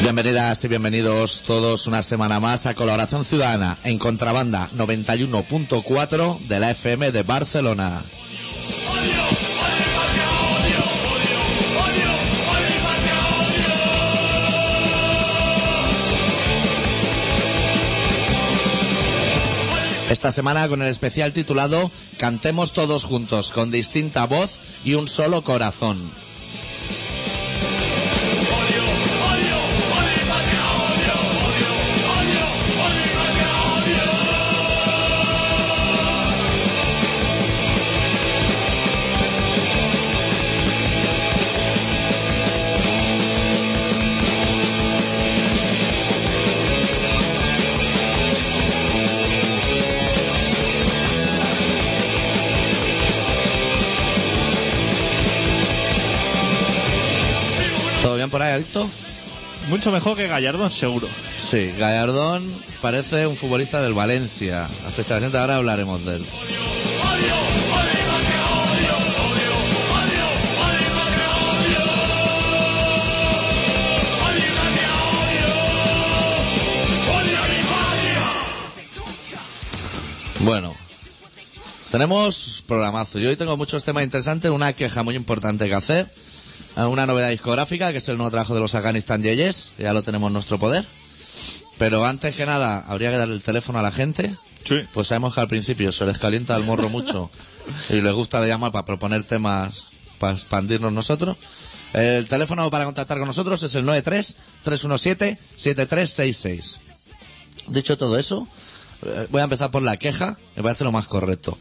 Bienvenidas y bienvenidos todos una semana más a Colaboración Ciudadana en Contrabanda 91.4 de la FM de Barcelona. Esta semana con el especial titulado Cantemos todos juntos con distinta voz y un solo corazón. ¿Todo bien por ahí, Adicto? Mucho mejor que Gallardón, seguro. Sí, Gallardón parece un futbolista del Valencia. A fecha de ahora hablaremos de él. Bueno, tenemos programazo. Yo hoy tengo muchos temas interesantes, una queja muy importante que hacer, eh, una novedad discográfica, que es el nuevo trabajo de los Afghanistan Yeyes, ya lo tenemos en nuestro poder. Pero antes que nada, habría que darle el teléfono a la gente. Sí. Pues sabemos que al principio se les calienta el morro mucho y les gusta de llamar para proponer temas para expandirnos nosotros. El teléfono para contactar con nosotros es el 93-317-7366. Dicho todo eso, eh, voy a empezar por la queja, me parece lo más correcto.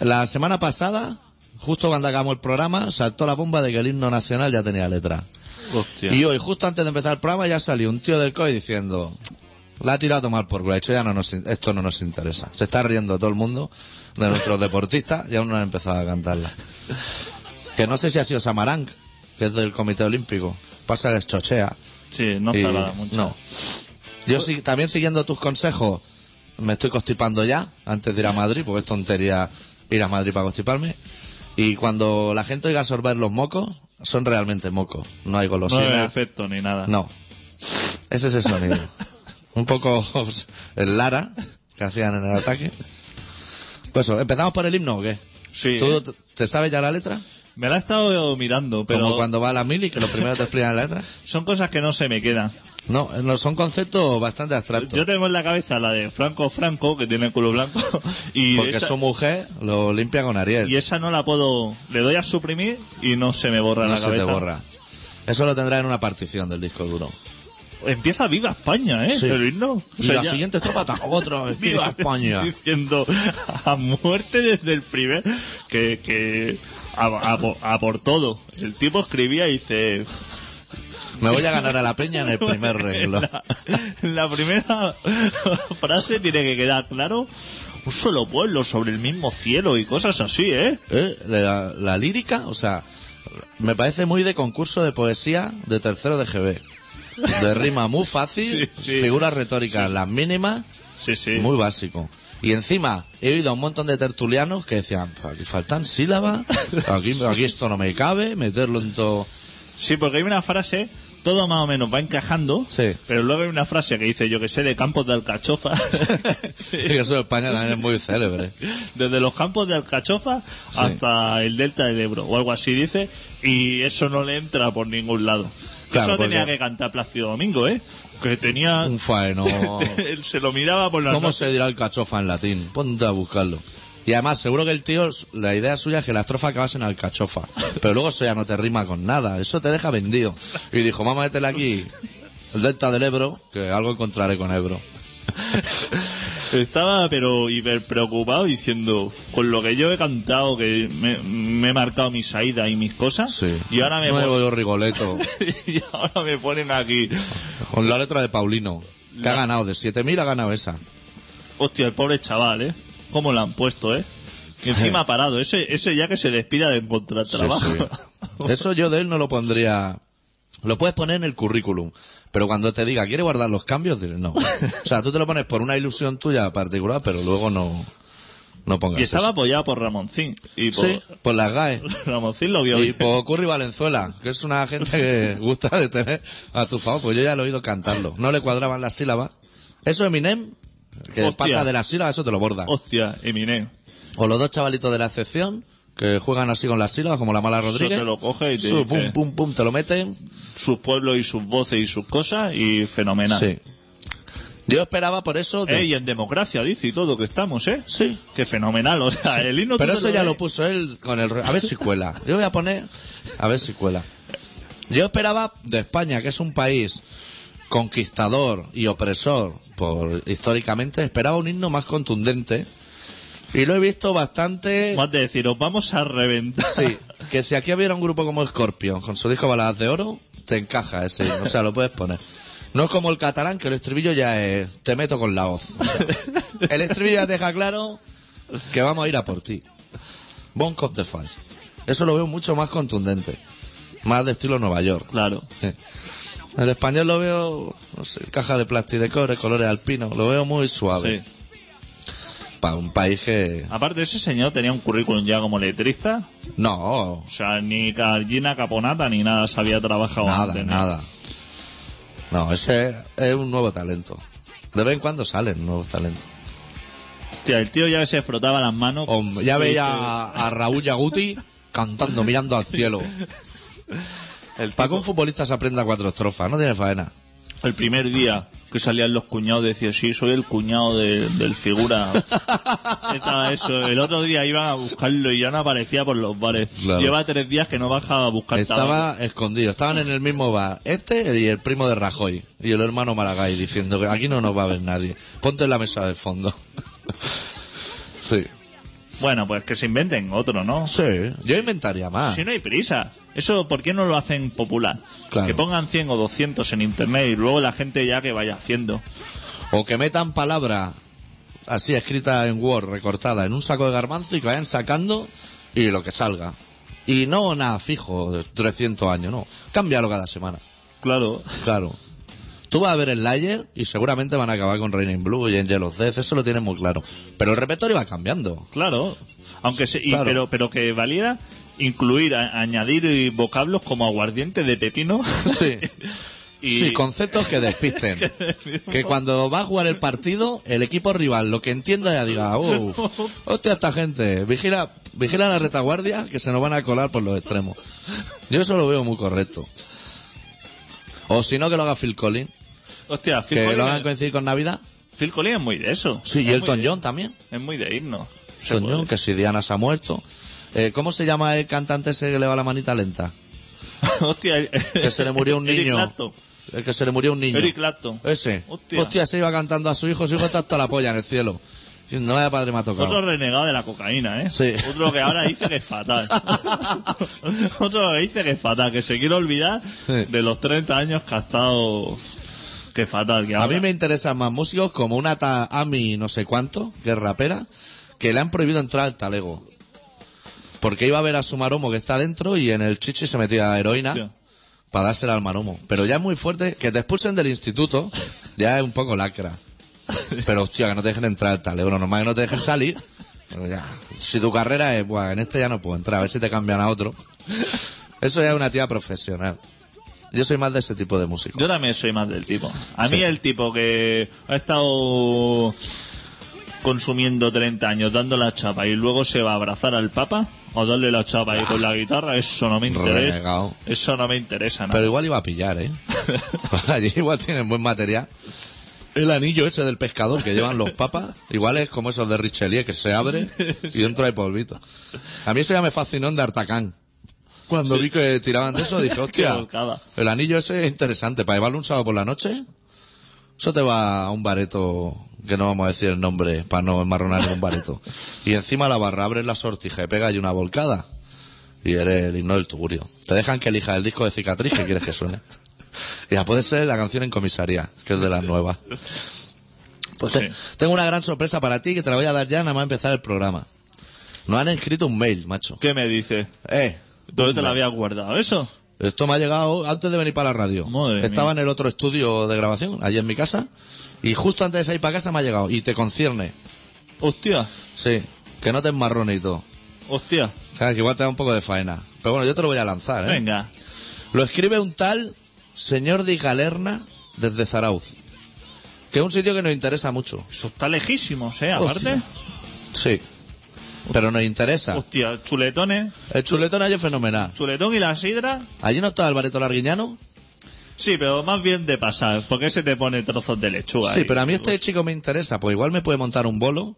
La semana pasada, justo cuando acabamos el programa, saltó la bomba de que el himno nacional ya tenía letra. Hostia. Y hoy, justo antes de empezar el programa, ya salió un tío del COI diciendo, la ha tirado a tomar por culo, esto ya no nos, in- esto no nos interesa. Se está riendo todo el mundo de nuestros deportistas y aún no han empezado a cantarla. Que no sé si ha sido Samarang, que es del Comité Olímpico. Pasa que es chochea. Sí, no Y- está nada mucho. Pues No. Yo sí, también siguiendo tus consejos, me estoy constipando ya, antes de ir a Madrid, porque es tontería ir a Madrid para constiparme. Y cuando la gente oiga sorber los mocos, son realmente mocos. No No hay eh, hay golosinas. efecto ni nada. No. Ese es el sonido. Un poco el Lara que hacían en el ataque. Pues eso, ¿empezamos por el himno o qué? Sí. ¿Tú te- te sabes ya la letra? Me la he estado mirando, pero Como cuando va a la mili, que lo primero te explican la letra. son cosas que no se me quedan. No, no son conceptos bastante abstractos. Yo tengo en la cabeza la de Franco Franco, que tiene el culo blanco, y, Porque esa, su mujer lo limpia con Ariel. y esa no la puedo... Le doy a suprimir y no se me borra no la se cabeza. te borra. Eso lo tendrá en una partición del disco duro. Empieza Viva España, ¿eh? Sí. El himno. O Y sea, la ya- siguiente estrofa ta- otra vez. ¡Viva España! Diciendo a muerte desde el primer. Que. que a, a por- a por todo. El tipo escribía y dice. Me voy a ganar a la peña en el primer renglón. La, la primera frase tiene que quedar claro. Un solo pueblo sobre el mismo cielo y cosas así, ¿eh? ¿Eh? La, la lírica, o sea, me parece muy de concurso de poesía de tercero de GB. De rima muy fácil, Sí, sí. figuras retóricas las mínimas, Sí, sí. muy básico. Y encima he oído a un montón de tertulianos que decían, aquí faltan sílabas, aquí, aquí esto no me cabe, meterlo en todo... Sí, porque hay una frase, todo más o menos va encajando, Sí. pero luego hay una frase que dice, yo que sé, de campos de alcachofa. Y eso en España también es muy célebre. Desde los campos de alcachofa hasta el delta del Ebro, o algo así dice, y eso no le entra por ningún lado. Claro, eso tenía porque- que cantar Plácido Domingo, ¿eh? Que tenía... Un faeno... Él se lo miraba por la ¿Cómo se dirá el cachofa en latín? Ponte a buscarlo. Y además, seguro que el tío, la idea suya es que la estrofa acabase en alcachofa. Pero luego eso ya no te rima con nada. Eso te deja vendido. Y dijo, vamos a meterle aquí el delta del Ebro, que algo encontraré con Ebro. Estaba pero hiper preocupado diciendo, con lo que yo he cantado, que me, me he marcado mis saidas y mis cosas, Sí. y, ahora me Nuevo pon- yo Rigoletto. y ahora me ponen aquí. Con la letra de Paulino. Que ha ganado. De 7.000 ha ganado esa. Hostia, el pobre chaval, ¿eh? ¿Cómo lo han puesto, eh? Y encima ha parado, ese, ese ya que se despida de encontrar Sí, trabajo. sí. Eso yo de él no lo pondría. Lo puedes poner en el currículum, pero cuando te diga, ¿quiere guardar los cambios? Dile, no. O sea, tú te lo pones por una ilusión tuya particular, pero luego no, No pongas Y estaba eso. apoyado por Ramoncín. Y por, Sí, por las GAE. Ramoncín lo vio Y bien. por Curry Valenzuela, que es una gente que gusta de tener a tu favor, pues yo ya lo he oído cantarlo. No le cuadraban las sílabas. Eso Eminem, que Hostia. pasa de las sílabas, eso te lo borda. Hostia, Eminem. O los dos chavalitos de la excepción, que juegan así con las sílabas, como la mala Rodríguez. Eso te lo coge y te Su- dice pum, pum, pum, te lo meten. sus pueblos y sus voces y sus cosas y fenomenal. Sí. Yo esperaba por eso. de- Eh, y en democracia dice y todo que estamos, ¿eh? Sí. Qué fenomenal, o sea, el himno... Pero tú te eso ya lees. lo puso él con el... re- A ver si cuela. Yo voy a poner... A ver si cuela. Yo esperaba de España, que es un país conquistador y opresor por históricamente, esperaba un himno más contundente. Y lo he visto bastante... Más de decir, os vamos a reventar. Sí, que si aquí hubiera un grupo como Scorpio, con su disco Baladas de Oro, te encaja ese himno, o sea, lo puedes poner. No es como el catalán, que el estribillo ya es... Te meto con la hoz. O sea, el estribillo ya te deja claro que vamos a ir a por ti. Bon Cop de Fals. Eso lo veo mucho más contundente. Más de estilo Nueva York. Claro. El español lo veo, no sé, caja de plástico de cobre, colores alpinos. Lo veo muy suave. Sí. Para un país que. Aparte, ese señor tenía un currículum ya como letrista. No, O sea, ni gallina caponata ni nada se había trabajado nada, antes, ¿eh? ¿no? nada. No, ese es un nuevo talento. De vez en cuando salen nuevos talentos. Hostia, el tío ya se frotaba las manos. Hombre, ya veía a, a Raúl Yaguti cantando, mirando al cielo. El, Para que un futbolista se aprenda cuatro estrofas, no tiene faena. el primer día que salían los cuñados decía, sí, soy el cuñado de- del figura. Estaba eso. El otro día iban a buscarlo y ya no aparecía por los bares. Claro. Lleva tres días que no baja a buscar tabaco. Estaba escondido, estaban en el mismo bar. Este y el primo de Rajoy y el hermano Maragall diciendo que aquí no nos va a ver nadie. Ponte en la mesa de fondo. sí. Bueno, pues que se inventen otro, ¿no? Sí, yo inventaría más. Si no hay prisa. Eso, ¿por qué no lo hacen popular? Claro. Que pongan 100 o 200 en internet y luego la gente ya que vaya haciendo. O que metan palabras así escritas en Word, recortadas en un saco de garbanzo y que vayan sacando y lo que salga. Y no nada fijo, de 300 años, no. Cámbialo cada semana. Claro. Claro. Tú vas a ver el layer y seguramente van a acabar con Raining Blue y Angel of Death, eso lo tienes muy claro. Pero el repertorio va cambiando. Claro. Aunque se, y- Claro. Pero, pero que valiera incluir, a- añadir y vocablos como aguardiente de pepino. Sí. y Sí, conceptos que despisten. que cuando va a jugar el partido, el equipo rival, lo que entienda ya diga, uff, hostia esta gente, vigila, vigila la retaguardia que se nos van a colar por los extremos. Yo eso lo veo muy correcto. O si no, que lo haga Phil Collins, Hostia, Phil que Collins, lo hagan coincidir con Navidad. Phil Collins es muy de eso. Sí, y Es Elton muy de- John también. Es muy de himno. Se Elton John, puede. que si Diana se ha muerto. Eh, ¿Cómo se llama el cantante ese que le va la manita lenta? Hostia, el- Que se le murió un Eric niño. Clapton. El que se le murió un niño. Eric Clapton. Ese. Hostia. Hostia. se iba cantando a su hijo, su hijo está hasta la polla en el cielo. Diciendo, vaya padre me ha tocado. Otro renegado de la cocaína, ¿eh? Sí. Otro que ahora dice que es fatal. Otro que dice que es fatal, que se quiere olvidar de los 30 años que ha estado... Que fatal, que A ahora- mí me interesan más músicos como una ta- Ami no sé cuánto, que es rapera, que le han prohibido entrar al talego. Porque iba a ver a su maromo que está dentro y en el chichi se metía heroína Hostia. para dársela al maromo. Pero ya es muy fuerte, que te expulsen del instituto, ya es un poco lacra. Pero hostia, que no te dejen entrar al talego, lo normal es que no te dejen salir. Pero ya, si tu carrera es, "Buah, en este ya no puedo entrar, a ver si te cambian a otro. Eso ya es una tía profesional. Yo soy más de ese tipo de músico. Yo también soy más del tipo. A mí Sí. el tipo que ha estado consumiendo 30 años dando la chapa y luego se va a abrazar al papa o darle la chapa ahí con la guitarra, eso no me interesa. Renegado. Eso no me interesa nada. Pero igual iba a pillar, ¿eh? Allí igual tienen buen material. El anillo ese del pescador que llevan los papas, igual es como esos de Richelieu que se abre y entra de polvito. A mí eso ya me fascinó en de Artacán. Cuando vi que tiraban de eso, dije, Qué hostia, volcada. el anillo ese es interesante. Para llevarlo un sábado por la noche, eso te va a un bareto, que no vamos a decir el nombre para no enmarronar en un bareto. Y encima la barra abres la sortija y pega y una volcada. Y eres el himno del tugurio. Te dejan que elijas el disco de cicatriz que quieres que suene. Y ya puede ser la canción en comisaría, que es de las nuevas. Pues Te- sí. Tengo una gran sorpresa para ti que te la voy a dar ya nada más empezar el programa. Nos han escrito un mail, macho. ¿Qué me dices? Eh, ¿Dónde te la habías guardado? ¿Eso? esto me ha llegado antes de venir para la radio. Madre Estaba en el otro estudio de grabación, allí en mi casa. Y justo antes de salir para casa me ha llegado. Y te concierne. Hostia. Sí. Que no te enmarrones y todo. Hostia, Claro, que igual te da un poco de faena. Pero bueno, yo te lo voy a lanzar, ¿eh? venga. Lo escribe un tal señor de Galerna desde Zarauz. Que es un sitio que nos interesa mucho. Eso está lejísimo, ¿eh? Aparte. Sí. Pero nos interesa. Hostia, chuletones. El chuletón allí es fenomenal. Chuletón y la sidra. ¿Allí no está Alvarito Larguiñano? Sí, pero más bien de pasar, porque se te pone trozos de lechuga. Sí, ahí. pero a mí este chico me interesa. Pues igual me puede montar un bolo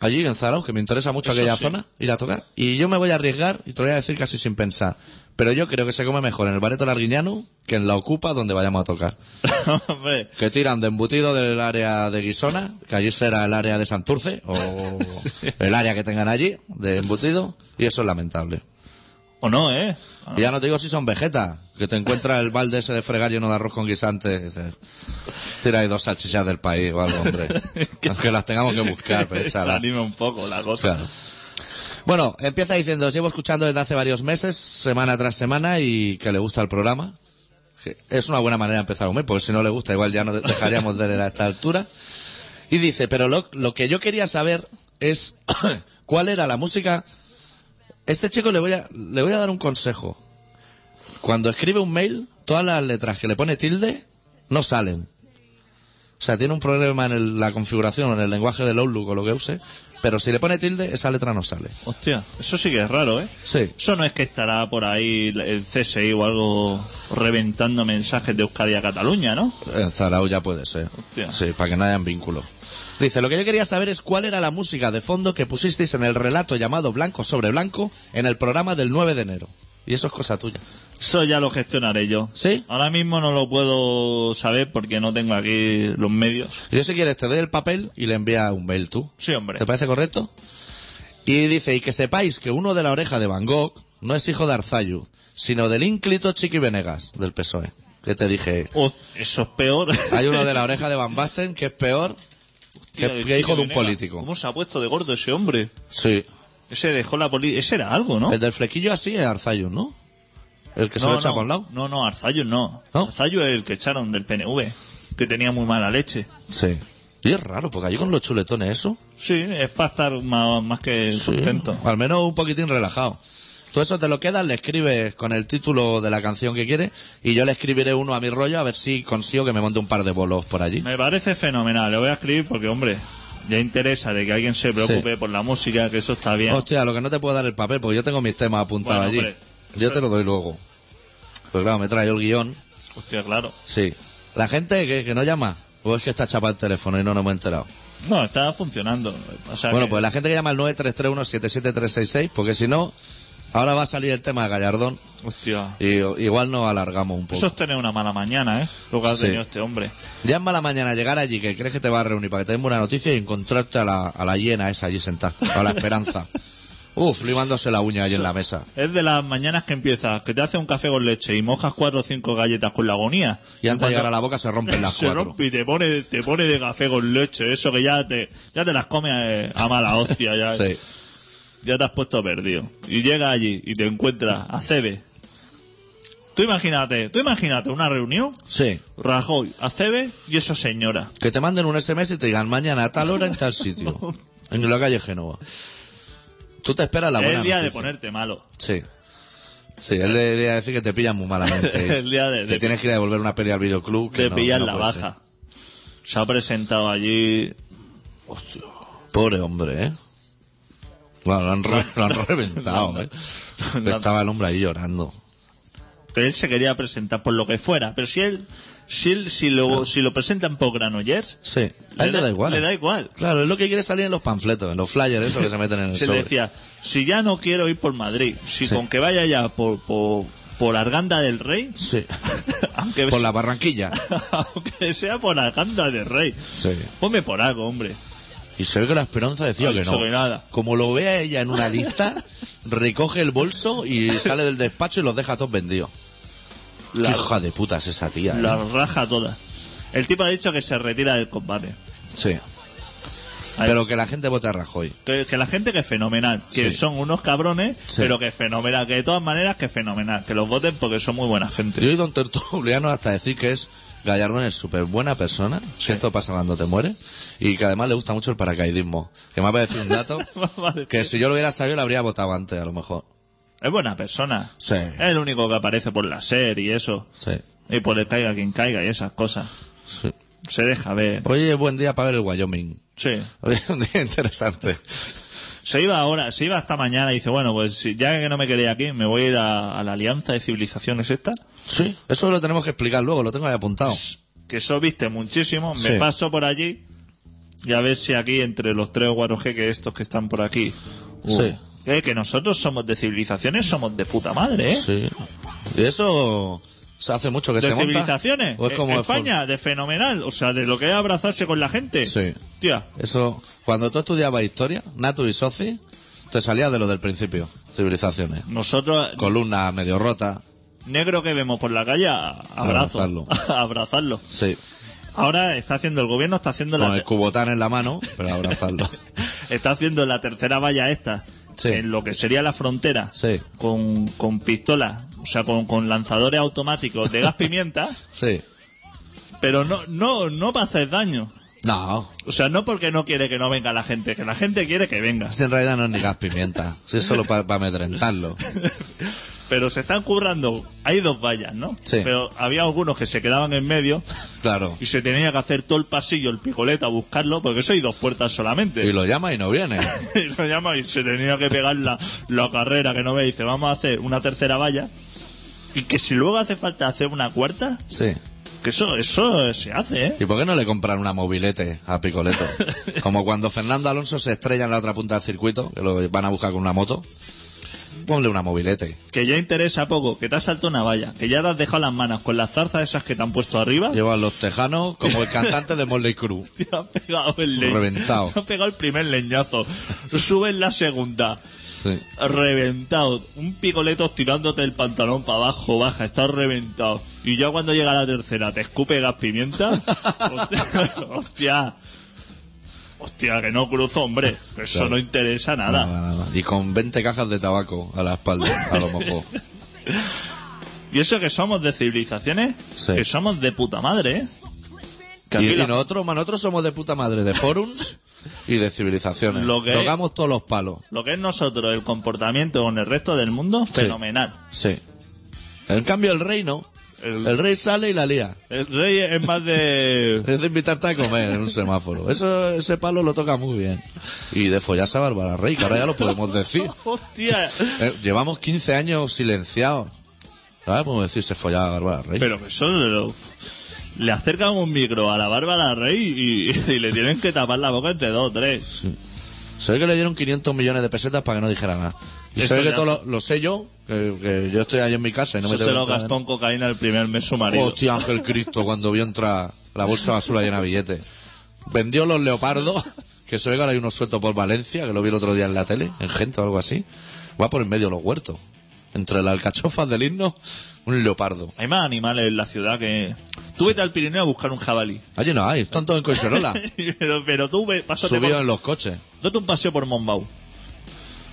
allí en Zarauz, que me interesa mucho Eso aquella sí. zona, ir a tocar. Y yo me voy a arriesgar y te lo voy a decir casi sin pensar. Pero yo creo que se come mejor en el Bareto Larguiñano que en la Ocupa donde vayamos a tocar. Pues, Hombre, Que tiran de embutido del área de Guisona, que allí será el área de Santurce, o el área que tengan allí, de embutido, y eso es lamentable. o no, ¿eh? Y ya no te digo si son vegetas, que te encuentras el balde ese de fregar lleno de arroz con guisante, y dices, tira ahí dos salchichas del país o algo, hombre. Aunque las tengamos que buscar, pero Se échalas. anima un poco la cosa. Ah, pues, Claro. Bueno, empieza diciendo, os llevo escuchando desde hace varios meses, semana tras semana, y que le gusta el programa. Que Es una buena manera de empezar un mes, porque si no le gusta, igual ya no dejaríamos de leer a esta altura. Y dice, pero lo, lo que yo quería saber es cuál era la música. Este chico le voy a, le voy a dar un consejo. Cuando escribe un mail, todas las letras que le pone tilde no salen. O sea, tiene un problema en el- la configuración, en el lenguaje del Outlook o lo que use, pero si le pone tilde, esa letra no sale. Hostia, eso sí que es raro, ¿eh? Sí. Eso no es que estará por ahí el CSI o algo reventando mensajes de Euskadi a Cataluña, ¿no? En Zarau ya puede ser. Hostia. Sí, para que no hayan vínculo. Dice, lo que yo quería saber es cuál era la música de fondo que pusisteis en el relato llamado Blanco sobre Blanco en el programa del 9 de enero. Y eso es cosa tuya. Eso ya lo gestionaré yo. ¿Sí? Ahora mismo no lo puedo saber porque no tengo aquí los medios. Yo si quieres te doy el papel y le envía un mail tú. Sí, hombre. ¿Te parece correcto? Y dice, y que sepáis que uno de la oreja de Van Gogh no es hijo de Arzayud, sino del ínclito Chiqui Venegas, del PSOE. Que E. te dije, Oh, eso es peor. hay uno de la oreja de Van Basten que es peor Hostia, que, el que hijo Chico de un Venegas. político. ¿Cómo se ha puesto de gordo ese hombre? Sí. Ese dejó la política. Ese era algo, ¿no? El del flequillo así es Arzayud, ¿no? El que se no, lo echa no, por un lado. No, no, Arzallo no. ¿No? Arzallo es el que echaron del PNV, que tenía muy mala leche. Sí. Y es raro, porque allí con los chuletones eso. Sí, es para estar más, más que sustento. Al menos un poquitín relajado. Tú eso te lo quedas, le escribes con el título de la canción que quieres y yo le escribiré uno a mi rollo a ver si consigo que me monte un par de bolos por allí. Me parece fenomenal, lo voy a escribir porque, hombre, ya interesa de que alguien se preocupe por la música, que eso está bien. Hostia, lo que no te puedo dar el papel, porque yo tengo mis temas apuntados Bueno, allí. hombre. Yo te lo doy luego. Pues claro, me traigo el guión. Hostia, claro. Sí. La gente que, que no llama, pues es que está chapa el teléfono y no nos hemos enterado. No, está funcionando. O sea Bueno, que- pues la gente que llama al 933177366, porque si no, ahora va a salir el tema de Gallardón Hostia. y igual nos alargamos un poco. Eso es tener una mala mañana, ¿eh? Lo que ha Sí. tenido este hombre. Ya es mala mañana llegar allí, que crees que te vas a reunir para que te den buena noticia y encontrarte a la, a la hiena esa allí sentada, a la esperanza. Uf, limándose la uña allí en la mesa. Es de las mañanas que empiezas, que te hace un café con leche y mojas cuatro o cinco galletas con la agonía. Y antes de Cuando- llegar a la boca se rompen las se cuatro. rompe y te pone, te pone de café con leche, eso que ya te, ya te las come eh, a mala hostia, ya, Sí. ya te has puesto perdido. Y llega allí y te encuentras a Cebe. Tú imagínate, tú imagínate una reunión, Sí. Rajoy, a Cebe y esa señora. Que te manden un SMS y te digan mañana a tal hora en tal sitio. En la calle Génova. Tú te esperas la es buena el día de noticia. ponerte malo. Sí. Sí, él le debería decir que te pillan muy malamente. El día de- que de- tienes que ir a devolver una peli al videoclub. Que Te no- pillan que no la puede ser. baja. Se ha presentado allí. Pobre hombre, ¿eh? Bueno, lo han, re- lo han reventado, ¿eh? Estaba el hombre ahí llorando. que él se quería presentar por lo que fuera. Pero si él, si él, si lo, si lo presentan por Granollers, Sí. A él le da igual. Le da igual. Claro, es lo que quiere salir en los panfletos, en los flyers, eso que se meten en el Se sobre. le decía, si ya no quiero ir por Madrid, si Sí. con que vaya ya por, por, por Arganda del Rey, Sí. aunque, Por la barranquilla. aunque sea por Arganda del Rey, Sí. ponme por algo, hombre. Y se ve que la esperanza decía No que hizo no. que nada. Como lo vea ella en una lista, recoge el bolso y sale del despacho y los deja todos vendidos. La- Qué hija de puta es esa tía. ¿eh? La raja toda. El tipo ha dicho que se retira del combate. Sí. Ahí. Pero que la gente vote a Rajoy. Que, que la gente que es fenomenal, que Sí. son unos cabrones, Sí. pero que es fenomenal, que de todas maneras que es fenomenal, que los voten porque son muy buena gente. Yo he ido a un tertuliano hasta decir que es Gallardón es súper buena persona, siento pasa cuando te muere, y que además le gusta mucho el paracaidismo. Que me ha parecido un dato Vale. que si yo lo hubiera sabido lo habría votado antes, a lo mejor. Es buena persona. Sí. Es el único que aparece por la ser y eso. Sí. Y por el caiga quien caiga y esas cosas. Sí. Se deja ver. Oye, buen día para ver el Wyoming. Sí. Hoy es un día interesante. Se iba ahora, se iba hasta mañana y dice, bueno, pues si- ya que no me quería aquí, me voy a ir a, a la Alianza de Civilizaciones esta. Sí. Eso lo tenemos que explicar luego, lo tengo ahí apuntado. Que eso viste muchísimo. Me Sí. paso por allí y a ver si aquí entre los tres guaroje que estos que están por aquí. Sí. Eh, que nosotros somos de civilizaciones, somos de puta madre, ¿eh? Sí. Y eso se hace mucho que de se monta. civilizaciones. O es Eh, como el España, de fenomenal. O sea, de lo que es abrazarse con la gente. Sí. Tía, Eso, cuando tú estudiabas historia, Natu y Soci, te salías de lo del principio, civilizaciones. nosotros, Columna medio rota, negro que vemos por la calle, a- abrazo. Abrazarlo. abrazarlo. sí, Ahora está haciendo el gobierno, está haciendo con la, el cubotán en la mano, pero abrazarlo. está haciendo la tercera valla esta. Sí. En lo que sería la frontera. Sí. Con, con pistolas. O sea, con, con lanzadores automáticos de gas pimienta. Sí. pero no, no, no para hacer daño. No, O sea, no porque no quiere que no venga la gente, que la gente quiere que venga. si en realidad no es ni gas pimienta, si es solo para amedrentarlo. Pero se están currando. Hay dos vallas, ¿no? Sí. Pero había algunos que se quedaban en medio Claro. y se tenía que hacer todo el pasillo, el picoleta, a buscarlo, porque eso hay dos puertas solamente. Y lo llama y no viene. Y lo llama y se tenía que pegar la, la carrera que no ve. Y dice, vamos a hacer una tercera valla. Y que si luego hace falta hacer una cuarta, Sí. que eso, eso se hace, ¿eh? ¿Y por qué no le compran una mobilete a Picoleto? Como cuando Fernando Alonso se estrella en la otra punta del circuito, que lo van a buscar con una moto. Ponle una mobilete. Que ya interesa poco, que te has saltado una valla, que ya te has dejado las manos con las zarzas esas que te han puesto arriba. Llevan los tejanos como el cantante de Motley Crue. Te ha pegado el leño. Reventado. Te ha pegado el primer leñazo. Sube en la segunda. Sí. Reventado. Un picoleto tirándote el pantalón para abajo, baja, estás reventado. Y ya cuando llega la tercera, te escupe gas pimienta. Hostia. Hostia, que no cruzo, hombre. Eso Claro. no interesa nada. Nada, nada. Y con 20 cajas de tabaco a la espalda, a lo mejor. Y eso que somos de civilizaciones, Sí. que somos de puta madre, ¿eh? Que Y, aquí y la- nosotros, man, nosotros somos de puta madre, de forums y de civilizaciones. Lo que- Tocamos todos los palos. lo que es nosotros, el comportamiento con el resto del mundo, fenomenal. Sí. En cambio, el rey no. El- El rey sale y la lía. El rey es más de... Es de invitarte a comer en un semáforo. Eso, ese palo lo toca muy bien. Y de follarse a Bárbara Rey, que ahora ya lo podemos decir. Hostia. Eh, llevamos 15 años silenciados. Ahora podemos decir se follaba a Bárbara Rey. Pero que eso lo- le acercan un micro a la Bárbara Rey y, y le tienen que tapar la boca entre dos o tres. Se ve que le dieron 500 millones de pesetas para que no dijera nada. Y Eso se ve que ya todo se- lo, lo sé yo, que, que yo estoy ahí en mi casa y no me eso se tengo lo que enterar. gastó en cocaína el primer mes su marido. Hostia, Ángel Cristo, cuando vio entrar la bolsa basura llena de billetes. Vendió los leopardos, que se ve que ahora hay unos sueltos por Valencia, que lo vi el otro día en la tele, en gente o algo así. Va por en medio de los huertos. Entre las alcachofas del himno, un leopardo. Hay más animales en la ciudad que... Tú vete al Pirineo a buscar un jabalí. Allí no hay, están todos en Coiserola. pero, pero tú ve, pásate por- Subidos en los coches. Date un paseo por Monbau.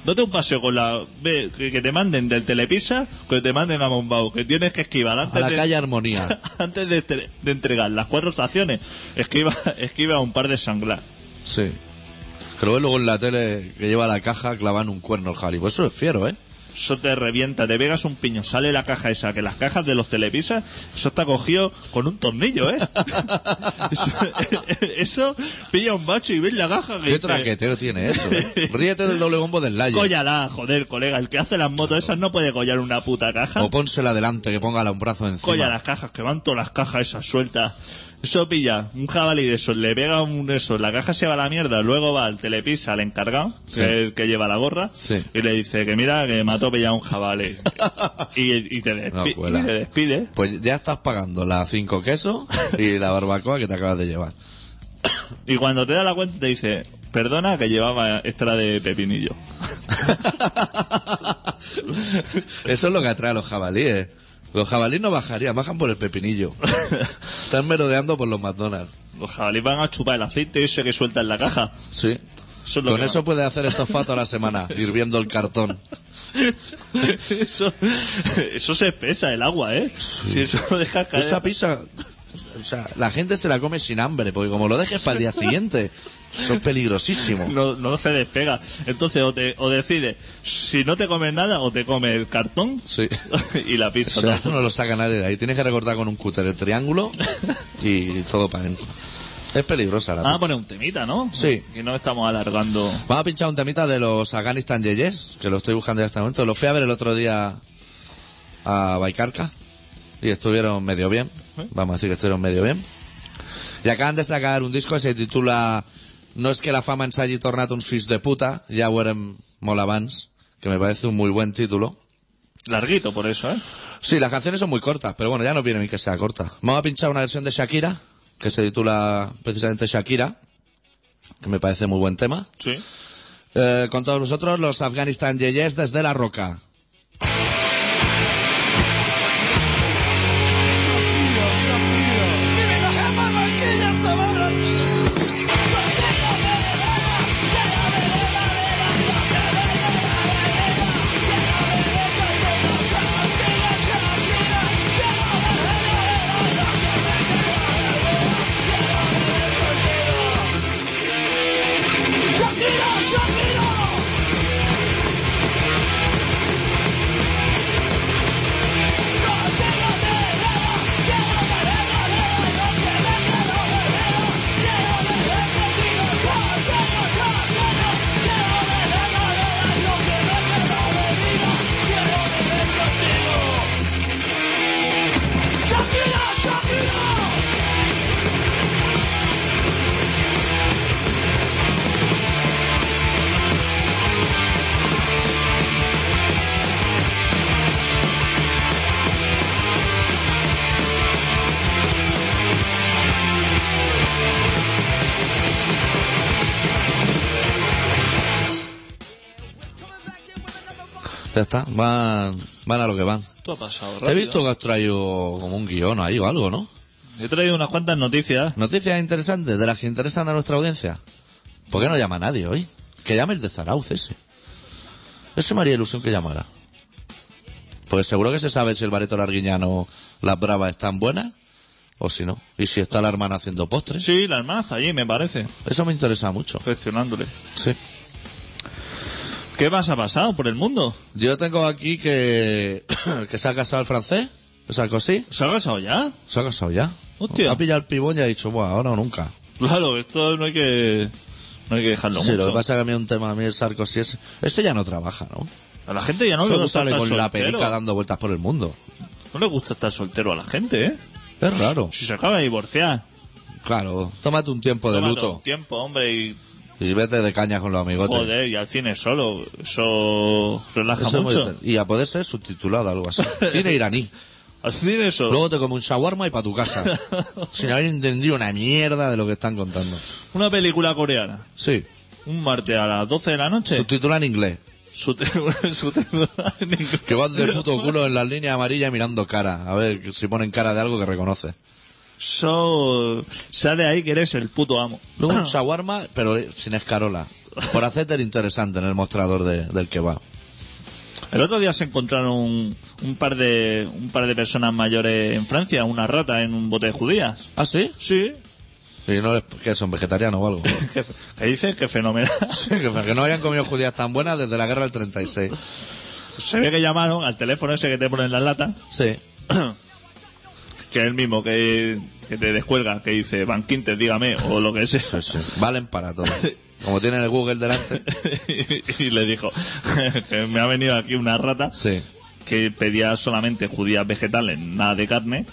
Date un paseo con la... ve, que, que te manden del Telepisa, que te manden a Monbau, que tienes que esquivar antes A la de... calle Armonía. Antes de, entre- de entregar las cuatro estaciones, esquiva, esquiva un par de sanglar. Sí. Que lo ves luego en la tele que lleva la caja clavando un cuerno al jali. Pues eso es fiero, ¿eh? Eso te revienta, te pegas un piño, sale la caja esa, que las cajas de los televisas, eso está cogido con un tornillo, ¿eh? eso, eso pilla un bacho y ves la caja que Qué dice, traqueteo tiene eso. ¿eh? Ríete del doble bombo del Layo. Cóllala, joder, colega, el que hace las motos esas no puede collar una puta caja. O pónsela adelante, que póngala un brazo encima. Colla las cajas, que van todas las cajas esas sueltas. Eso pilla, un jabalí de esos, le pega un de esos, la caja se va a la mierda, luego va al telepisa, al encargado, Sí. que es el que lleva la gorra, Sí. y le dice que mira que mató pillado un jabalí. y, y te No despi- cuela. y te despide. Pues ya estás pagando las cinco quesos y la barbacoa que te acabas de llevar. Y cuando te da la cuenta te dice, perdona que llevaba extra de pepinillo. Eso es lo que atrae a los jabalíes. ¿eh? Los jabalíes no bajarían, bajan por el pepinillo. Están merodeando por los McDonald's. Los jabalíes van a chupar el aceite ese que suelta en la caja. Sí. Eso es lo Con que eso puedes hacer estofado a la semana, hirviendo el cartón. eso, eso se espesa el agua, ¿eh? Si eso lo dejas caer. Esa pizza o sea, la gente se la come sin hambre, porque como lo dejes para el día siguiente, eso es peligrosísimo. No, no se despega. Entonces, o, te, o decides, si no te comes nada, o te comes el cartón Sí. y la pizza. O sea, ¿no? no lo saca nadie de ahí. Tienes que recortar con un cúter el triángulo y todo para adentro. Es peligrosa la Vamos pizza. a poner Ah, pues un temita, ¿no? Sí. Y no estamos alargando. Vamos a pinchar un temita de los Afghanistan Yeyes, que lo estoy buscando ya hasta el momento. Lo fui a ver el otro día a Baikarca y estuvieron medio bien. Vamos a decir que estuvieron medio bien. Y acaban de sacar un disco que se titula No es que la fama ens hagi tornat un fish de puta, ja ho érem molt abans, que me parece un muy buen título. Larguito por eso, ¿eh? Sí, las canciones son muy cortas, pero bueno, ya no viene bien que sea corta. Vamos a pinchar una versión de Shakira, que se titula precisamente Shakira, que me parece muy buen tema. Sí. Eh, con todos vosotros, los Afghanistan Yeyes desde La Roca. Mi vida en Barranquilla se va a Brasil. Soy lleno de vereda, lleno de vereda, vereda, lleno de vereda, vereda, lleno de vereda, lleno de Barranquilla, Shakira, lleno de vereda, vereda, lleno de vereda, vereda, lleno de vereda, vereda. Shakira, Shakira. Shakira, Shakira! Ya está, van, van a lo que van. Tú has pasado Te he visto que has traído como un guión ahí o algo, ¿no? He traído unas cuantas noticias. Noticias interesantes, de las que interesan a nuestra audiencia. ¿Por qué no llama nadie hoy? Que llame el de Zarauz ese. Ese me haría ilusión que llamara. Porque seguro que se sabe si el bareto larguiñano, las bravas están buenas o si no. Y si está la hermana haciendo postres. Sí, la hermana está allí, me parece, Eso me interesa mucho. gestionándole. Sí. ¿Qué más ha pasado por el mundo? Yo tengo aquí que, que se ha casado el francés, Sarkozy. ¿Se ha casado ya? Se ha casado ya. Hostia. Ha pillado el pibón y ha dicho, bueno, ahora o nunca. Claro, esto no hay que, no hay que dejarlo Sí, lo mucho. que pasa es que a mí un tema, a mí el Sarkozy ese, ese ya no trabaja, ¿no? A la gente ya no le Solo gusta sale estar con la soltero. perica dando vueltas por el mundo. No le gusta estar soltero a la gente, ¿eh? Es raro. Si se acaba de divorciar. Claro, tómate un tiempo de Tómate luto un tiempo, hombre, y y vete de caña con los amigotes. joder, y al cine solo. Eso relaja Eso es muy mucho. inter- y a poder ser subtitulado algo así. Cine iraní. Al cine solo. Luego te come un shawarma y para tu casa. sin haber entendido una mierda de lo que están contando. Una película coreana. Sí, Un martes a las 12 de la noche. subtitula en inglés. Su, su- su- Que vas de puto culo en las líneas amarillas mirando cara. A ver si ponen cara de algo que reconoce. So, sale ahí que eres el puto amo. Luego un shawarma, pero sin escarola. Por hacerte el interesante en el mostrador de- del que va. El otro día se encontraron un, un par de un par de personas mayores en Francia, una rata en un bote de judías. ¿Ah, sí? Sí. Y no les- que son vegetarianos o algo. Que, que dices que fenomenal. Sí, que, que no habían comido judías tan buenas desde la guerra del 36. Se ve que llamaron al teléfono ese que te ponen las latas, Sí. que es el mismo que, que te descuelga, que dice Van Quinter, dígame, o lo que sea. Sí, Pues sí. Valen para todo. Como tienen el Google delante. y le dijo que me ha venido aquí una rata Sí. que pedía solamente judías vegetales, nada de carne.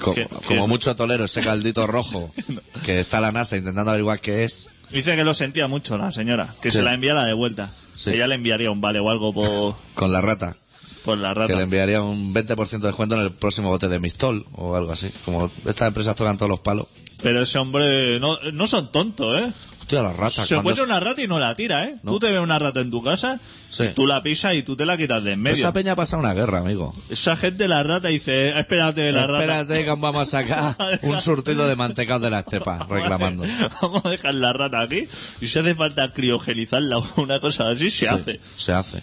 Como, Que- como que no. mucho tolero ese caldito rojo que está la NASA intentando averiguar qué es. Dice que lo sentía mucho la señora, que Sí. se la enviara de vuelta. Sí. Que ya le enviaría un vale o algo por, Con la rata. por la Que rata. le enviaría un 20% de descuento en el próximo bote de Mistol o algo así. Como estas empresas tocan todos los palos. Pero ese hombre, no, no son tontos, ¿eh? Hostia, la rata. Se cuando encuentra una rata y no la tira, ¿eh? No. Tú te ves una rata en tu casa, Sí. tú la pisas y tú te la quitas de en medio. Esa peña pasa una guerra, amigo. Esa gente, la rata, dice, "Eh, espérate, la rata. Espérate que os vamos a sacar un surtido de mantecados de la estepa, reclamando. Vamos a dejar la rata aquí. Y si hace falta criogenizarla o una cosa así, se Sí, hace. Se hace.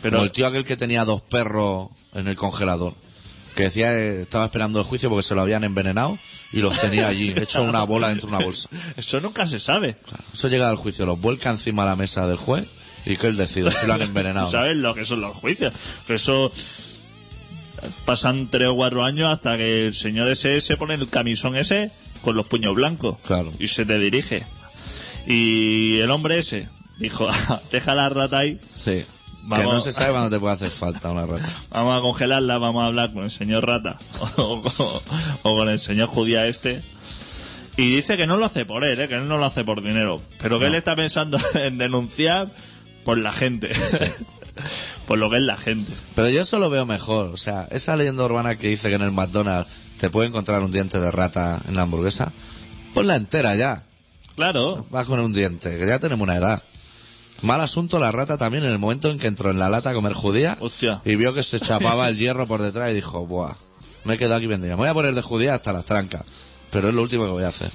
Pero- Como el tío aquel que tenía dos perros en el congelador. que decía que estaba esperando el juicio porque se lo habían envenenado y los tenía allí, hecho una bola dentro de una bolsa. Eso nunca se sabe. Eso llega al juicio, los vuelca encima a la mesa del juez y que él decide si lo han envenenado. Tú sabes lo que son los juicios. Que eso. Pasan tres o cuatro años hasta que el señor ese se pone el camisón ese con los puños blancos. Claro. Y se te dirige. Y el hombre ese dijo: "Ah, Deja la rata ahí, Sí. Que Vamos. no se sabe cuándo te puede hacer falta una rata. vamos a congelarla, vamos a hablar con el señor rata o, o- o con el señor judía este. Y dice que no lo hace por él, ¿eh? que él no lo hace por dinero, pero que él está pensando en denunciar por la gente, por lo que es la gente. Pero yo eso lo veo mejor. O sea, esa leyenda urbana que dice que en el McDonald's te puede encontrar un diente de rata en la hamburguesa, ponla entera ya. Claro, Vas con un diente, que ya tenemos una edad. Mal asunto la rata también en el momento en que entró en la lata a comer judía Hostia. y vio que se chapaba el hierro por detrás y dijo, buah, me he quedado aquí vendido. Me voy a poner de judía hasta las trancas, pero es lo último que voy a hacer.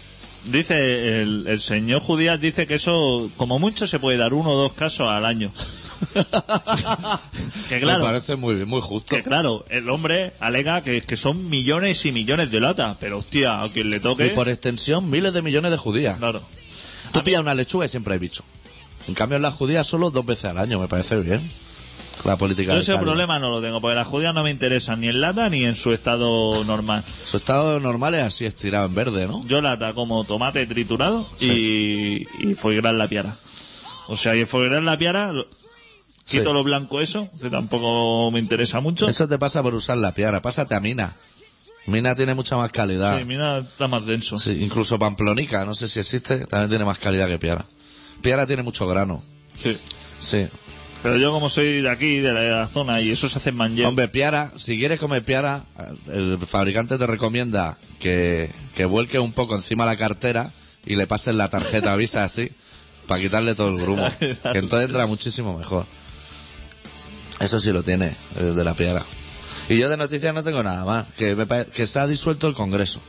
dice el, el señor Judías, dice que eso como mucho se puede dar uno o dos casos al año. que Me claro, parece muy bien, muy justo. que claro, el hombre alega que, que son millones y millones de latas, pero hostia, a quien le Y toque, por extensión, miles de millones de judías. claro. Tú pillas una lechuga y siempre hay bicho. En cambio, en las judías solo dos veces al año, me parece bien. La política Yo del ese calle. problema no lo tengo, porque las judías no me interesan ni en lata ni en su estado normal. Su estado normal es así, estirado en verde, ¿no? Yo lata como tomate triturado y, y foie-gras la piara. O sea, y el foie gras la piara, lo- Sí. quito lo blanco eso, que tampoco me interesa mucho. Eso te pasa por usar la piara. Pásate a Mina. Mina tiene mucha más calidad. Sí, mira, está más denso. Sí, incluso Pamplonica, no sé si existe, también tiene más calidad que Piara. Piara tiene mucho grano. Sí. Sí. Pero yo como soy de aquí, de la, de la zona, y eso se hace en Manlleu. Hombre, Piara, si quieres comer Piara, el fabricante te recomienda que, que vuelques un poco encima la cartera y le pases la tarjeta Visa así, para quitarle todo el grumo. Que entonces entra muchísimo mejor. Eso sí lo tiene, el de la Piara. Y yo de noticias no tengo nada más, que, me pare- que se ha disuelto el Congreso.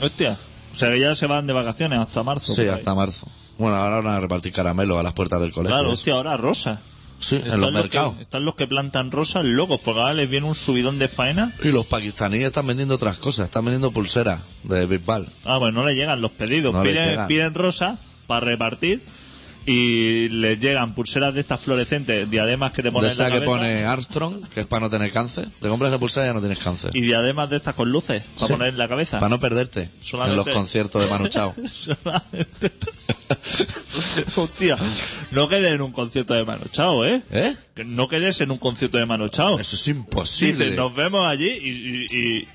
Hostia. O sea, que ya se van de vacaciones hasta marzo. Sí, por ahí. hasta marzo. Bueno, ahora van a repartir caramelos a las puertas del colegio. Claro, hostia, ahora rosa. Sí, en Están los mercados. que- están los que plantan rosas locos, porque ahora les viene un subidón de faena. Y los pakistaníes están vendiendo otras cosas, están vendiendo pulseras de Bisbal. Ah, pues no le llegan los pedidos. No le piden, llegan. piden rosa para repartir y les llegan pulseras de estas fluorescentes, diademas que te De ponen en la esa que cabeza pone Armstrong, que es para no tener cáncer. Te compras esa pulsera y ya no tienes cáncer. y diademas de estas con luces para Sí. poner en la cabeza. Para no perderte en los Solamente- conciertos de Manu Chao. Solamente- Hostia, no quedes en un concierto de Mano Chao, ¿eh? ¿Eh? Que no quedes en un concierto de Mano Chao. Eso es Dice, imposible. nos vemos allí y, y- y-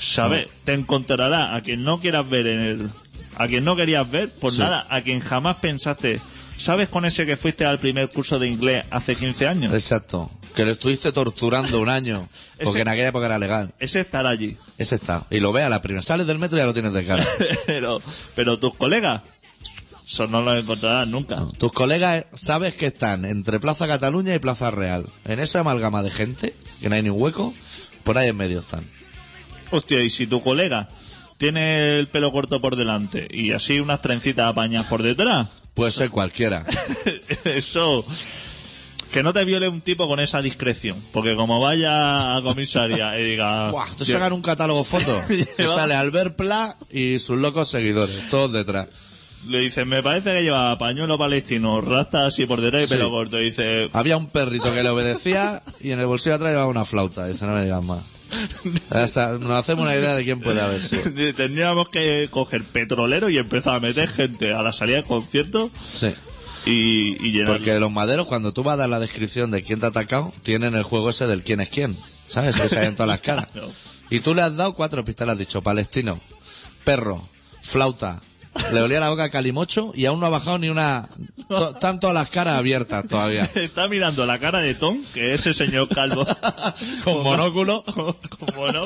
¿sabes? Te encontrará a quien no quieras ver en el... A quien no querías ver, por Sí. nada, a quien jamás pensaste. ¿Sabes con ese que fuiste al primer curso de inglés hace 15 años? Exacto. Que lo estuviste torturando un año. Ese- Porque en aquella época era legal. Ese estará allí. Ese está. Y lo ve a la primera. Sales del metro y ya lo tienes de cara. pero, pero tus colegas, eso no los encontrarás nunca. Tus colegas sabes que están entre Plaza Cataluña y Plaza Real. En esa amalgama de gente, que no hay ni un hueco, por ahí en medio están. Hostia, y si tu colega tiene el pelo corto por delante y así unas trencitas apañadas por detrás, Puede ser cualquiera. eso. Que no te viole un tipo con esa discreción. Porque como vaya a comisaría y diga. Buah, te "Tío, sacan un catálogo foto. que Ah, Lleva- sale Albert Pla y sus locos seguidores, todos detrás. Le dicen, me parece que lleva pañuelo palestino, rastas así por detrás y Sí. pelo corto. Y dice, Había un perrito que le obedecía y en el bolsillo de atrás llevaba una flauta. Dice, no me digas más. O sea, nos hacemos una idea de quién puede haber sido. tendríamos que coger petrolero y empezar a meter gente a la salida del concierto Sí. y, y llenar. Porque los maderos, cuando tú vas a dar la descripción de quién te ha atacado, tienen el juego ese del quién es quién. ¿Sabes? Que se en todas las caras. Claro. Y tú le has dado cuatro pistas, le has dicho palestino, perro, flauta. Le olía la boca a calimocho y aún no ha bajado ni una. to- Están todas las caras abiertas todavía. Está mirando la cara de Tom, que es ese señor calvo. Con monóculo. Como no,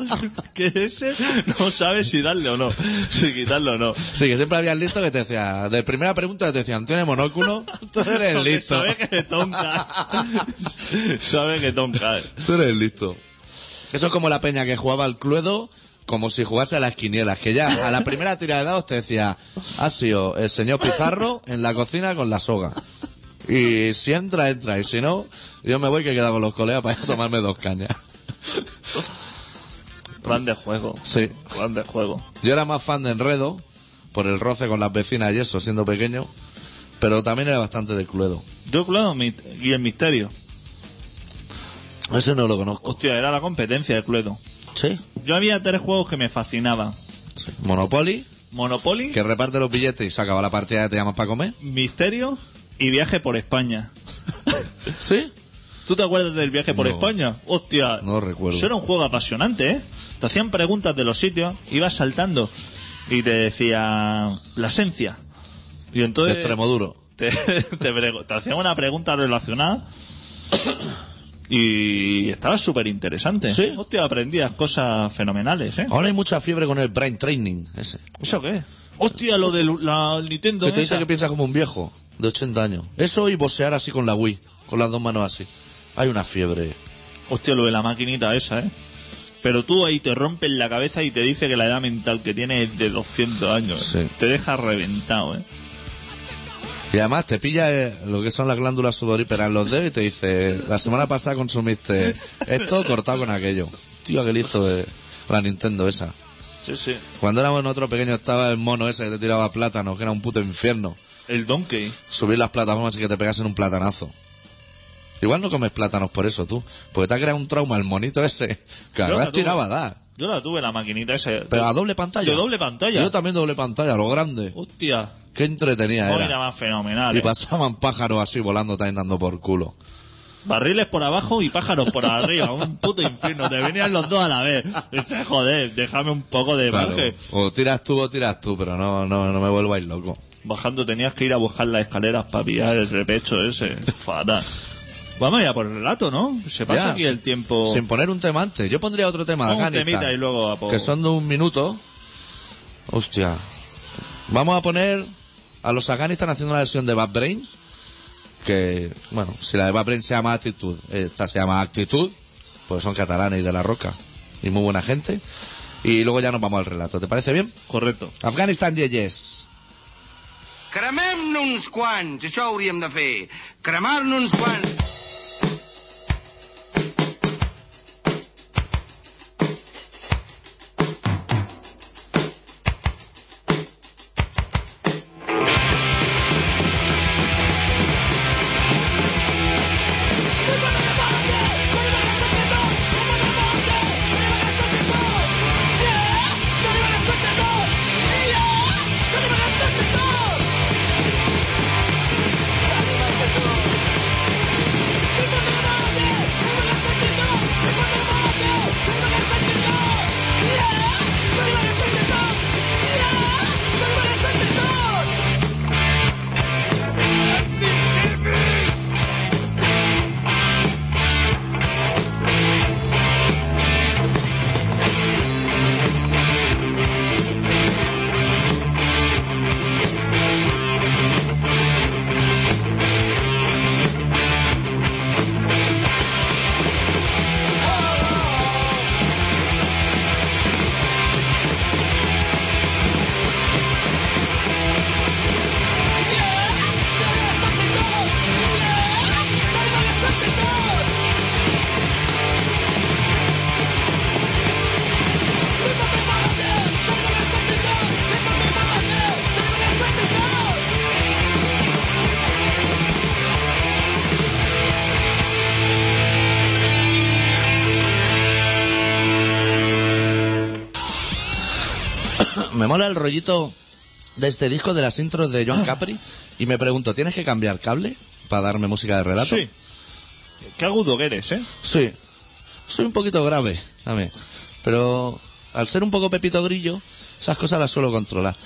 que ese no sabe si darle o no, si quitarlo o no. Sí, que siempre habías listo que te decía. De primera pregunta te decían, ¿tienes monóculo? Tú eres Porque listo. Sabe que tonca. sabe que tonca. Tú eres listo. Eso es como la peña que jugaba al Cluedo como si jugase a las quinielas, que ya a la primera tirada de dados te decía, ha sido el señor Pizarro en la cocina con la soga. Y si entra, entra, y si no, yo me voy que he quedado con los colegas para ir a tomarme dos cañas. Van de juego. Sí. Van de juego. Yo era más fan de Enredo, por el roce con las vecinas y eso, siendo pequeño, pero también era bastante de Cluedo. Yo, claro, mi- y el misterio. Ese no lo conozco. Hostia, era la competencia de Cluedo. ¿Sí? Yo había tres juegos que me fascinaban. Monopoly, Monopoly, que reparte los billetes y se acaba la partida y te llamas para comer. Misterio y Viaje por España. ¿Sí? ¿Tú te acuerdas del viaje por No. España? Hostia. No recuerdo. Eso era un juego apasionante, ¿eh? Te hacían preguntas de los sitios, ibas saltando y te decía Plasencia. Y entonces Extremo duro. te, te pregu- te hacían una pregunta relacionada y estaba súper interesante. Sí. Hostia, aprendías cosas fenomenales, ¿eh? Ahora hay mucha fiebre con el brain training ese. ¿Eso qué es? Hostia, lo del la Nintendo. Que te dice esa. que piensa como un viejo de 80 años. Eso y bosear así con la Wii, con las dos manos así. Hay una fiebre. Hostia, lo de la maquinita esa, ¿eh? Pero tú ahí te rompen la cabeza y te dice que la edad mental que tiene es de 200 años. ¿eh? Sí. Te deja reventado, ¿eh? Y además te pilla eh, lo que son las glándulas sudoríperas en los dedos y te dice, la semana pasada consumiste esto cortado con aquello. Tío, qué listo de la Nintendo esa. Sí, sí. Cuando éramos nosotros pequeños estaba el mono ese que te tiraba plátanos, que era un puto infierno. El Donkey. Subir las plataformas y que te pegasen un platanazo. Igual no comes plátanos por eso tú, porque te ha creado un trauma el monito ese. Que Yo la además tuve. tiraba a dar. Yo la tuve, la maquinita esa. ¿eh? Pero a doble pantalla. De doble pantalla. Yo también doble pantalla, lo grande. Hostia, Qué entretenía hoy era era. más fenomenal. Y ¿eh? pasaban pájaros así volando, también dando por culo. Barriles por abajo y pájaros por arriba. Un puto infierno. Te venían los dos a la vez. Dices, joder, déjame un poco de Claro. margen. O tiras tú o tiras tú, pero no, no, no me vuelváis loco. Bajando tenías que ir a buscar las escaleras para pillar el repecho ese. Fatal. Vamos ya por el relato, ¿no? Se pasa Ya, aquí sin- el tiempo. Sin poner un tema antes. Yo pondría otro tema. Pon un Afganistán, temita y luego a por- Que son de un minuto. Hostia. Vamos a poner a los Afganistan haciendo una versión de Bad Brain. Que, bueno, si la de Bad Brain se llama Actitud, esta se llama Actitud, pues son catalanes y de la roca. Y muy buena gente. Y luego ya nos vamos al relato. ¿Te parece bien? Correcto. Afganistan Yes. Cremem uns quants, això hauríem de fer. Cremar-ne uns quants. Me mola el rollito de este disco de las intros de John Capri. Y me pregunto, ¿tienes que cambiar cable para darme música de relato? Sí. Qué agudo que eres, ¿eh? Sí. Soy un poquito grave también. Pero al ser un poco Pepito Grillo, esas cosas las suelo controlar.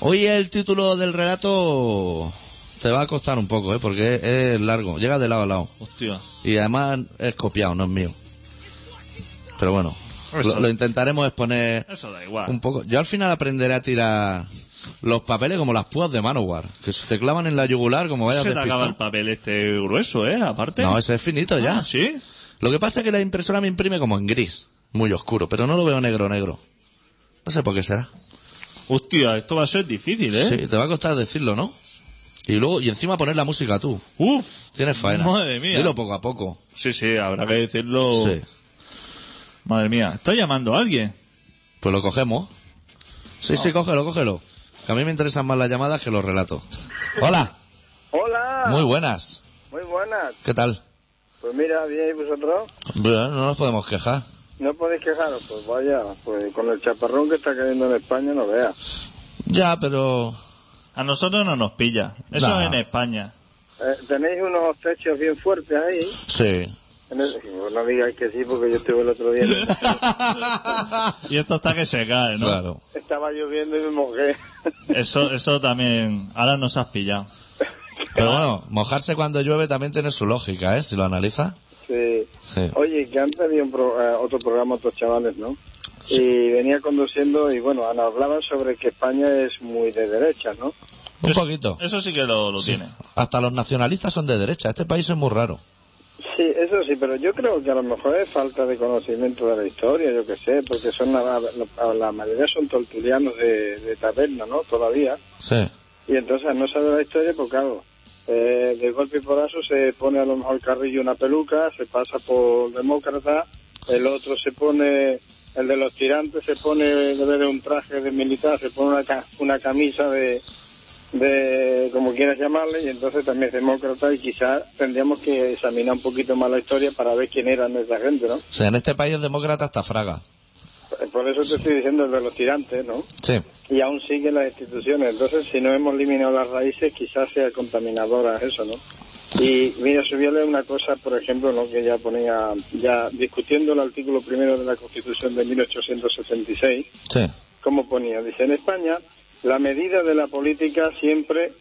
Hoy el título del relato te va a costar un poco, ¿eh? porque es largo, llega de lado a lado. Hostia. Y además es copiado, no es mío. Pero bueno, Eso. lo, lo intentaremos exponer Eso da igual. un poco. Yo al final aprenderé a tirar los papeles como las púas de Manowar, que se te clavan en la yugular como vayas Se te acaba el despistado. papel este grueso, ¿eh? Aparte. No, ese es finito ya. Ah, ¿Sí? Lo que pasa es que la impresora me imprime como en gris, muy oscuro, pero no lo veo negro, negro. No sé por qué será. Hostia, esto va a ser difícil, ¿eh? Sí, te va a costar decirlo, ¿no? Y luego, y encima poner la música tú. Uf. Tienes faena. Madre mía. Oh. Dilo poco a poco. Sí, sí, habrá que decirlo. Sí. Madre mía, ¿está llamando a alguien? Pues lo cogemos. Sí, Oh. sí, cógelo, cógelo. Que a mí me interesan más las llamadas que los relatos. Hola, Hola, muy buenas. muy buenas. ¿Qué tal? Pues mira, bien, ¿y vosotros? Bien, no nos podemos quejar. No podéis quejaros, pues vaya, pues con el chaparrón que está cayendo en España no veas. Ya, pero... A nosotros no nos pilla. Eso Nah. es en España. Eh, tenéis unos techos bien fuertes ahí. Sí. En el- pues no digáis que sí, porque yo estuve el otro día. Y esto está que se cae, ¿no? Claro. Estaba lloviendo y me mojé. Eso, eso también. Ahora nos has pillado. Pero bueno, mojarse cuando llueve también tiene su lógica, ¿eh? Si lo analizas. Sí. Sí. Oye, que han pedido un pro- eh, otro programa otros chavales, ¿no? Y venía conduciendo y bueno, Ana, hablaban sobre que España es muy de derecha, ¿no? Un Eso- poquito. Eso sí que lo, lo tiene. Hasta los nacionalistas son de derecha. Este país es muy raro. Sí, eso sí, pero yo creo que a lo mejor es falta de conocimiento de la historia, yo qué sé, porque son la, la- la mayoría son tortulianos de, de taberna, ¿no? Todavía. Sí. Y entonces al no sabe la historia, pues claro, eh, de golpe y porazo se pone a lo mejor Carrillo una peluca, se pasa por demócrata, el otro se pone, el de los tirantes se pone de vez de un traje de militar, se pone una, ca- una camisa de, de, como quieras llamarle, y entonces también es demócrata y quizás tendríamos que examinar un poquito más la historia para ver quién eran esa gente, ¿no? O sea, en este país es demócrata hasta Fraga. Por eso te estoy diciendo el de los tirantes, ¿no? Sí. Y aún siguen las instituciones. Entonces, si no hemos eliminado las raíces, quizás sea contaminadora eso, ¿no? Y mira, subíale una cosa, por ejemplo, ¿no? que ya ponía, ya discutiendo el artículo primero de la Constitución de 1876, Sí. como ponía, dice, en España la medida de la política siempre,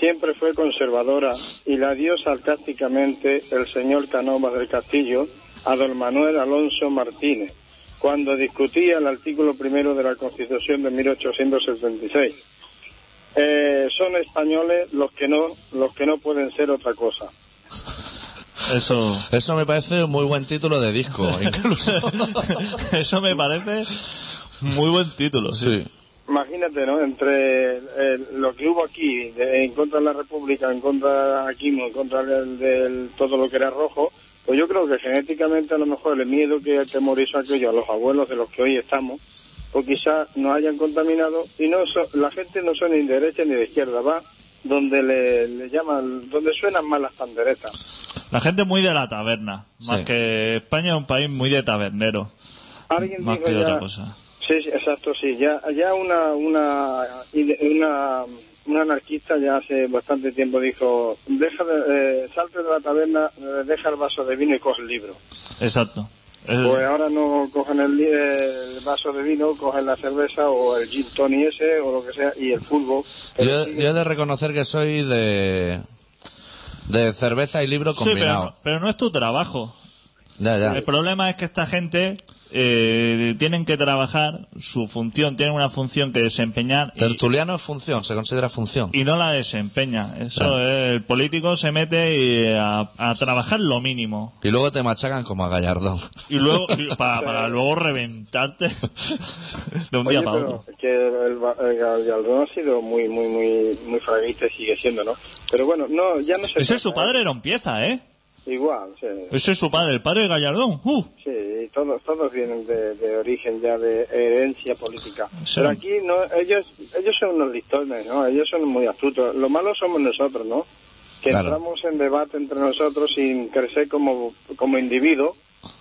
siempre fue conservadora y la dio sarcásticamente el señor Canovas del Castillo a don Manuel Alonso Martínez cuando discutía el artículo primero de la Constitución de 1876. Eh, son españoles los que no, los que no pueden ser otra cosa. Eso. Eso me parece un muy buen título de disco, incluso. Eso me parece muy buen título, sí. Sí. Imagínate, ¿no? Entre eh, lo que hubo aquí, de- en contra de la República, en contra de Aquino, en contra del, del- todo lo que era rojo, pues yo creo que genéticamente a lo mejor el miedo que atemorizó aquello a los abuelos de los que hoy estamos, pues quizás nos hayan contaminado y no so- la gente no son ni de derecha ni de izquierda, va donde le, le llaman, donde suenan más las panderetas. La gente muy de la taberna. Más Sí. que España es un país muy de tabernero. Alguien Más dijo que de ya- otra cosa. Sí, sí, exacto, sí. Ya, ya una, una, una, una anarquista ya hace bastante tiempo dijo, deja de, eh, salte de la taberna, eh, deja el vaso de vino y coge el libro. Exacto. Es- Pues ahora no cogen el, li- el vaso de vino, cogen la cerveza o el gin tonic ese o lo que sea y el fútbol. Yo, yo he de reconocer que soy de. de cerveza y libro sí, pero, combinado. no- pero no es tu trabajo. Ya, ya. El problema es que esta gente eh, tienen que trabajar su función, tienen una función que desempeñar y, Tertuliano es función, se considera función. y no la desempeña. Eso Claro. es, el político se mete y a, a trabajar lo mínimo Y luego te machacan como a Gallardón. y luego y para, para luego reventarte de un Oye, día para pero otro. que el, va- el Gallardón ha sido muy, muy, muy, muy fraguista y sigue siendo, ¿no? Pero bueno, no, ya no se... Ese es su trata, padre era un pieza, ¿eh? ¿eh? Igual, sí. Ese es su padre, el padre de Gallardón. ¡Uh! Sí, y todos, todos vienen de, de origen ya de herencia política. Sí. Pero aquí no, ellos, ellos son unos listones, ¿no? Ellos son muy astutos. Lo malo somos nosotros, ¿no? Que Claro. entramos en debate entre nosotros sin crecer como, como individuo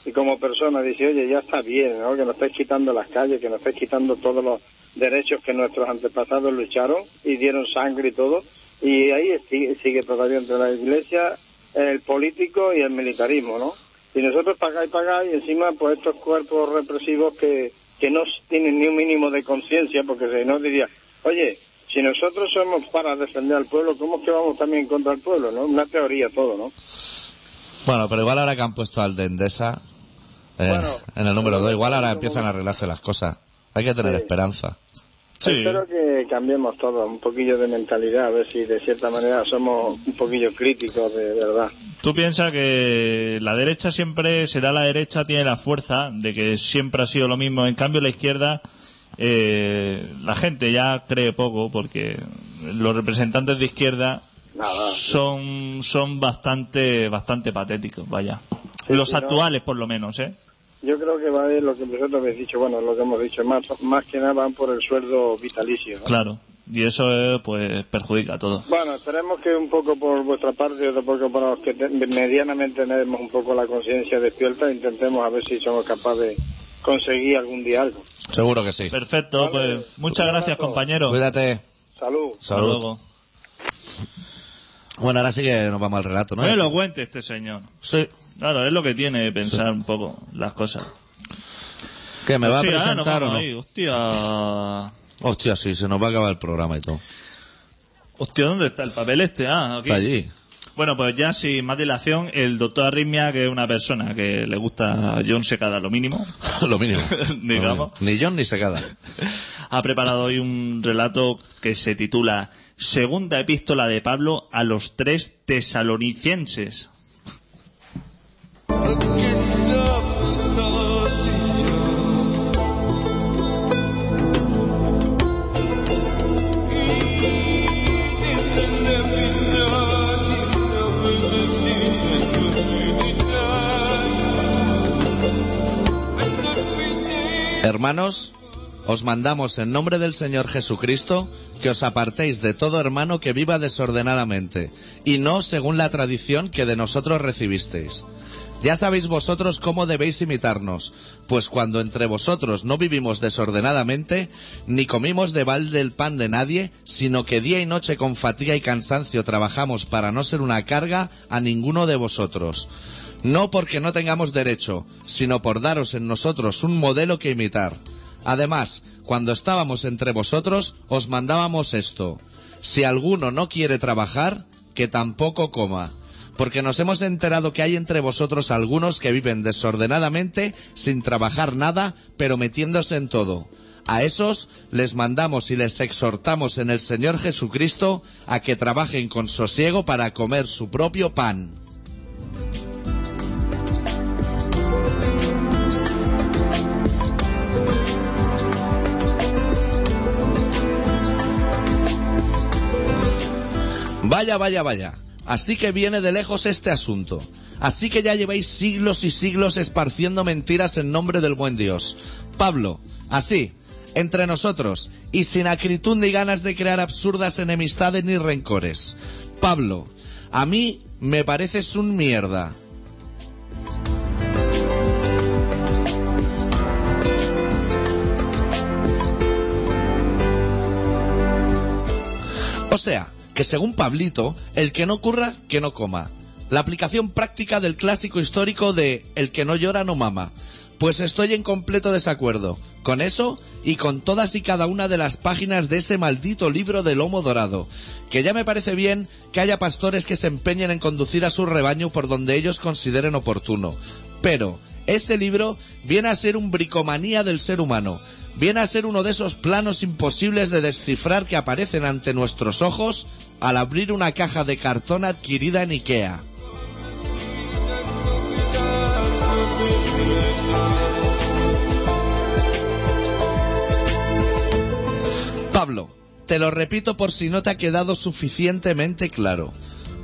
y como persona. Dice, oye, ya está bien, ¿no? Que nos estáis quitando las calles, que nos estáis quitando todos los derechos que nuestros antepasados lucharon y dieron sangre y todo. Y ahí sigue, sigue todavía entre la iglesia, el político y el militarismo, ¿no? Y nosotros pagáis, pagáis, y encima pues estos cuerpos represivos que, que no tienen ni un mínimo de conciencia, porque si no diría, oye, si nosotros somos para defender al pueblo, ¿cómo es que vamos también contra el pueblo? no Una teoría todo, ¿no? Bueno, pero igual ahora que han puesto al de Endesa eh, Bueno. en el número 2, igual ahora empiezan a arreglarse las cosas. Hay que tener Sí. esperanza. Sí. Espero que cambiemos todo, un poquillo de mentalidad, a ver si de cierta manera somos un poquillo críticos de verdad. Tú piensas que la derecha siempre será la derecha, tiene la fuerza de que siempre ha sido lo mismo. En cambio, la izquierda, eh, la gente ya cree poco porque los representantes de izquierda Nada. son, son bastante, bastante patéticos, vaya. Los sí, no. actuales, por lo menos, ¿eh? Yo creo que va a lo que vosotros habéis dicho, bueno, lo que hemos dicho, más, más que nada van por el sueldo vitalicio. ¿no? Claro. Y eso, eh, pues, perjudica a todos. Bueno, esperemos que un poco por vuestra parte y otro poco por los que te- medianamente tenemos un poco la conciencia despierta, intentemos a ver si somos capaces de conseguir algún día algo. Seguro que sí. Perfecto, Vale. pues, muchas Un gracias, abrazo. compañero. Cuídate. Salud. Hasta Salud. luego. Bueno, ahora sí que nos vamos al relato, ¿no? Muy elocuente este señor. Sí. Claro, es lo que tiene pensar un poco las cosas. ¿Qué, me va Sí, a ahora nos presentar o vamos no? ahí, hostia. Hostia, sí, se nos va a acabar el programa y todo. Hostia, ¿dónde está el papel este? Ah, aquí. Está allí. Bueno, pues ya sin más dilación, el doctor Arritmia, que es una persona que le gusta a John Secada lo mínimo, Lo mínimo. Digamos. Lo mínimo. Ni John ni Secada. ha preparado hoy un relato que se titula Segunda epístola de Pablo a los tres tesalonicenses. Hermanos, os mandamos en nombre del Señor Jesucristo que os apartéis de todo hermano que viva desordenadamente, y no según la tradición que de nosotros recibisteis. Ya sabéis vosotros cómo debéis imitarnos, pues cuando entre vosotros no vivimos desordenadamente, ni comimos de balde el pan de nadie, sino que día y noche con fatiga y cansancio trabajamos para no ser una carga a ninguno de vosotros. No porque no tengamos derecho, sino por daros en nosotros un modelo que imitar. Además, cuando estábamos entre vosotros, os mandábamos esto. Si alguno no quiere trabajar, que tampoco coma. Porque nos hemos enterado que hay entre vosotros algunos que viven desordenadamente, sin trabajar nada, pero metiéndose en todo. A esos les mandamos y les exhortamos en el Señor Jesucristo a que trabajen con sosiego para comer su propio pan. Vaya, vaya, vaya. Así que viene de lejos este asunto. Así que ya lleváis siglos y siglos esparciendo mentiras en nombre del buen Dios. Pablo, así, entre nosotros, y sin acritud ni ganas de crear absurdas enemistades ni rencores. Pablo, a mí me pareces un mierda. O sea, que según Pablito, el que no curra, que no coma. La aplicación práctica del clásico histórico de el que no llora no mama. Pues estoy en completo desacuerdo con eso y con todas y cada una de las páginas de ese maldito libro de lomo dorado. Que ya me parece bien que haya pastores que se empeñen en conducir a su rebaño por donde ellos consideren oportuno. Pero ese libro viene a ser un bricomanía del ser humano. Viene a ser uno de esos planos imposibles de descifrar que aparecen ante nuestros ojos al abrir una caja de cartón adquirida en Ikea. Pablo, te lo repito por si no te ha quedado suficientemente claro.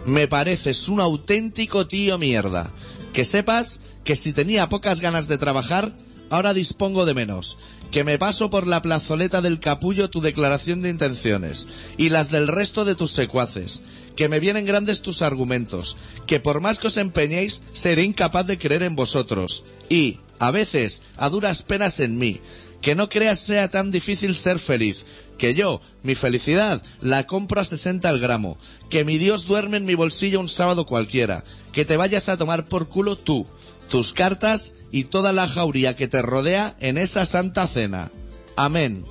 Me pareces un auténtico tío mierda. Que sepas que si tenía pocas ganas de trabajar, ahora dispongo de menos. Que me paso por la plazoleta del capullo tu declaración de intenciones y las del resto de tus secuaces. Que me vienen grandes tus argumentos. Que por más que os empeñéis, seré incapaz de creer en vosotros. Y, a veces, a duras penas en mí. Que no creas sea tan difícil ser feliz. Que yo, mi felicidad, la compro a 60 al gramo. Que mi Dios duerme en mi bolsillo un sábado cualquiera. Que te vayas a tomar por culo tú, tus cartas y toda la jauría que te rodea en esa santa cena. Amén.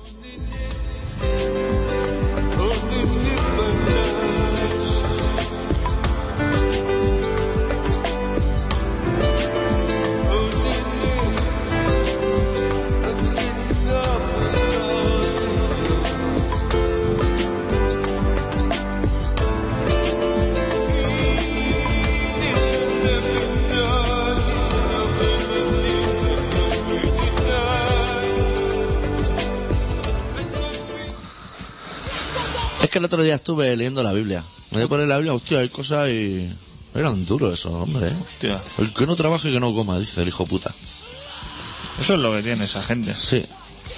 Es que el otro día estuve leyendo la Biblia. Me voy a poner la Biblia, hostia, hay cosas y... Eran duros esos, hombre. ¿eh? Hostia. El que no trabaje que no coma, dice el hijo puta. Eso es lo que tiene esa gente. Sí.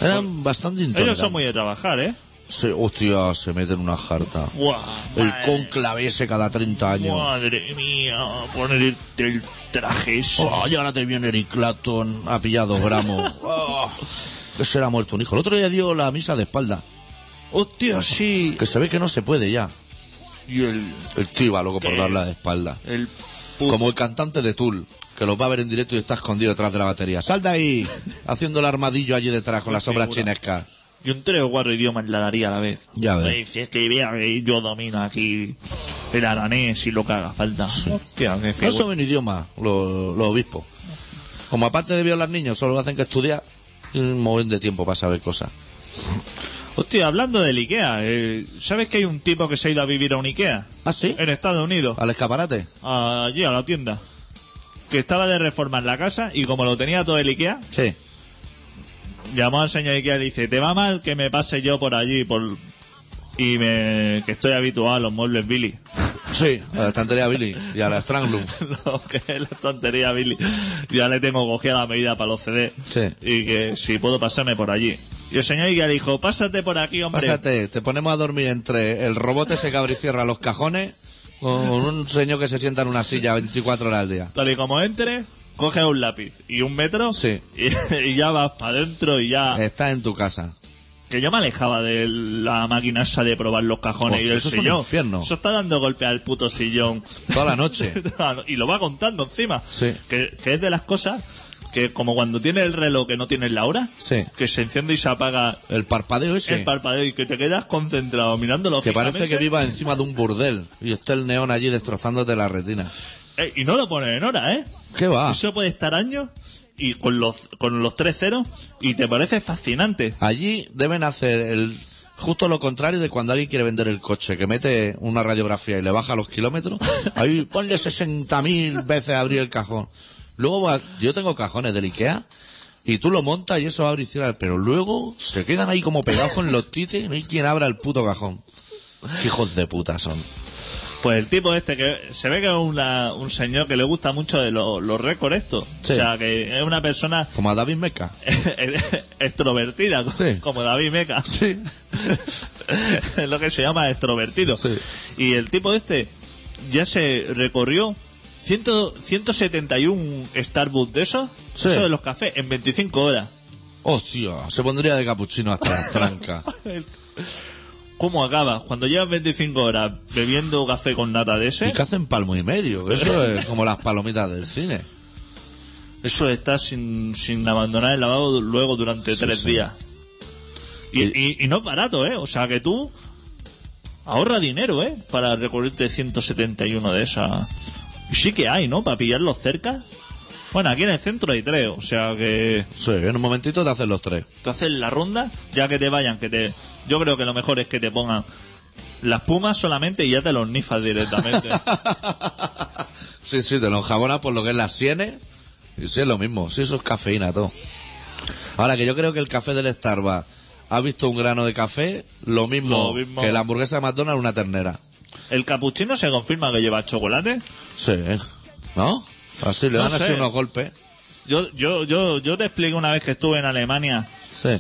Eran bastante Ellos intolerantes. son muy de trabajar, ¿eh? Sí, hostia, se meten una jarta. Buah, El madre- conclave ese cada 30 años. Madre mía, ponerte el traje ese. Oh, y ahora te viene Eric Clapton, ha pillado gramos. Oh, que será muerto un hijo. El otro día dio la misa de espalda. Hostia, sí. Que se ve que no se puede ya. Y el... El tío iba loco por ¿Qué? darla de espalda. el pu- Como el cantante de Tool, que los va a ver en directo y está escondido detrás de la batería. Sal de ahí, haciendo el armadillo allí detrás con las sombras Figura. chinescas. Yo en tres o cuatro idiomas la daría a la vez. Ya ves. Me dice, escribía, eh, yo domino aquí el aranés y lo que haga falta. Hostia, qué No figura. son un idioma, los, los obispos. Como aparte de violar niños, solo hacen que estudiar, tienen un montón de tiempo para saber cosas. Hostia, hablando del Ikea, eh, ¿sabes que hay un tipo que se ha ido a vivir a un Ikea? ¿Ah, sí? En Estados Unidos, Al escaparate. allí a la tienda. Que estaba de reformar la casa y como lo tenía todo el Ikea, Sí. llamó al señor Ikea y le dice, te va mal que me pase yo por allí por y me... que estoy habituado a los muebles Billy. Sí, a la estantería Billy y a la Stranglum. lo que es la tontería, Billy. Ya le tengo cogida la medida para los CD. Sí. Y que si puedo pasarme por allí. Y el señor Ikea le dijo, pásate por aquí, hombre. Pásate, te ponemos a dormir entre el robot ese que abre y cierra los cajones con un señor que se sienta en una silla 24 horas al día. Tal y como entre, coge un lápiz y un metro. Sí. Eh. Y, y ya vas para adentro y ya... Estás en tu casa. Que yo me alejaba de la máquina esa de probar los cajones Hostia, y el eso es un sillón. infierno. Eso está dando golpe al puto sillón. Toda la noche. y lo va contando encima. Sí. Que, que es de las cosas que como cuando tiene el reloj que no tienes la hora, Sí. que se enciende y se apaga El parpadeo ese. el parpadeo y que te quedas concentrado mirándolo que parece que fijamente, viva encima de un burdel y está el neón allí destrozándote la retina. eh, y no lo pones en hora, ¿eh? ¿Qué va? Eso puede estar años y con los con los tres ceros y te parece fascinante. Allí deben hacer el justo lo contrario de cuando alguien quiere vender el coche, que mete una radiografía y le baja los kilómetros. Ahí ponle 60.000 veces a abrir el cajón. Luego va- yo tengo cajones del Ikea y tú lo montas y eso abre y cierra, pero luego se quedan ahí como pegados con los tites y no hay quien abra el puto cajón. Qué hijos de puta son. Pues el tipo este que se ve que es una- un señor que le gusta mucho de lo- los récords esto. Sí. O sea, que es una persona Como a David Meca. extrovertida, co- Sí. como David Meca. Sí. es lo que se llama extrovertido. Sí. Y el tipo este ya se recorrió 100 171 Starbucks de esos, Sí. eso de los cafés, en 25 horas. Hostia, se pondría de capuchino hasta la tranca. ¿Cómo acabas? Cuando llevas 25 horas bebiendo café con nata de Y ese, que hacen palmo y medio. Eso es como las palomitas del cine. eso está sin, sin abandonar el lavado luego durante tres sí. días. Y, Y- y- y no es barato, ¿eh? O sea que tú ahorra dinero, ¿eh? Para recorrerte 171 de esas. Y Sí que hay, ¿no? Para pillarlos cerca. Bueno, aquí en el centro hay tres, o sea que... Sí, en un momentito te hacen los tres. tú haces la ronda, ya que te vayan, que te. Yo creo que lo mejor es que te pongan las pumas solamente y ya te los nifas directamente. Sí, sí, te lo enjabonas por lo que es las sienes. Y sí, es lo mismo. Sí, eso es cafeína, todo. Ahora que yo creo que el café del Starbucks ha visto un grano de café, lo mismo, Lo mismo. que la hamburguesa de McDonald's una ternera. ¿El capuchino se confirma que lleva chocolate? Sí, ¿no? Así le No dan así sé. unos golpes. Yo, yo, yo, yo te explico una vez que estuve en Alemania Sí.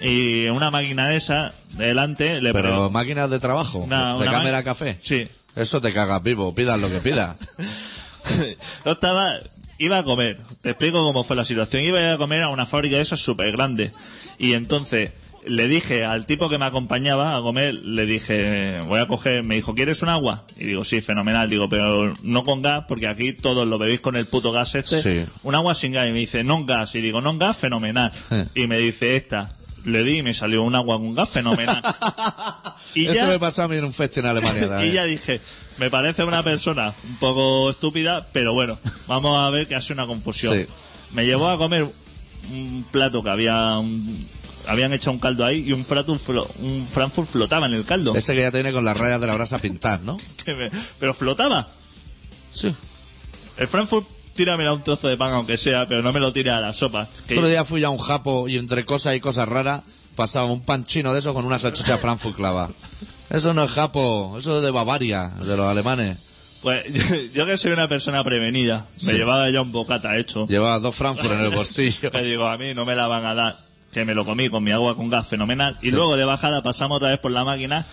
y una máquina de esa, delante, le Pero pregun- máquinas de trabajo, Una- de una cámara ma- café. Sí. Eso te cagas vivo, pidas lo que pidas. Yo estaba, iba a comer. Te explico cómo fue la situación. Iba a comer a una fábrica de esas súper grande. Y entonces le dije al tipo que me acompañaba a comer, le dije, voy a coger, me dijo, ¿quieres un agua? Y digo, sí, fenomenal. Digo, pero no con gas, porque aquí todos lo bebéis con el puto gas este. Sí. Un agua sin gas. Y me dice, no gas. Y digo, no gas, fenomenal. Sí. Y me dice, esta. Le di y me salió un agua con gas fenomenal. y Eso ya, me pasó a mí en un festival en Alemania. y también. ya dije, me parece una persona un poco estúpida, pero bueno, vamos a ver que hace una confusión. Sí. Me llevó a comer un plato que había un- habían hecho un caldo ahí y un, fratu- flo- un Frankfurt flotaba en el caldo. Ese que ya tiene con las rayas de la brasa pintadas, ¿no? Que me- pero flotaba. Sí. El Frankfurt tíramela un trozo de pan aunque sea, pero no me lo tire a la sopa. Que- Otro día fui a un japo y entre cosas y cosas raras pasaba un pan chino de eso con una salchicha Frankfurt clava. Eso no es japo, eso es de Bavaria, de los alemanes. Pues yo que soy una persona prevenida, me llevaba ya un bocata hecho. Llevaba dos Frankfurt en el bolsillo. Que digo, a mí no me la van a dar. Que me lo comí con mi agua con gas fenomenal. Y luego de bajada pasamos otra vez por la máquina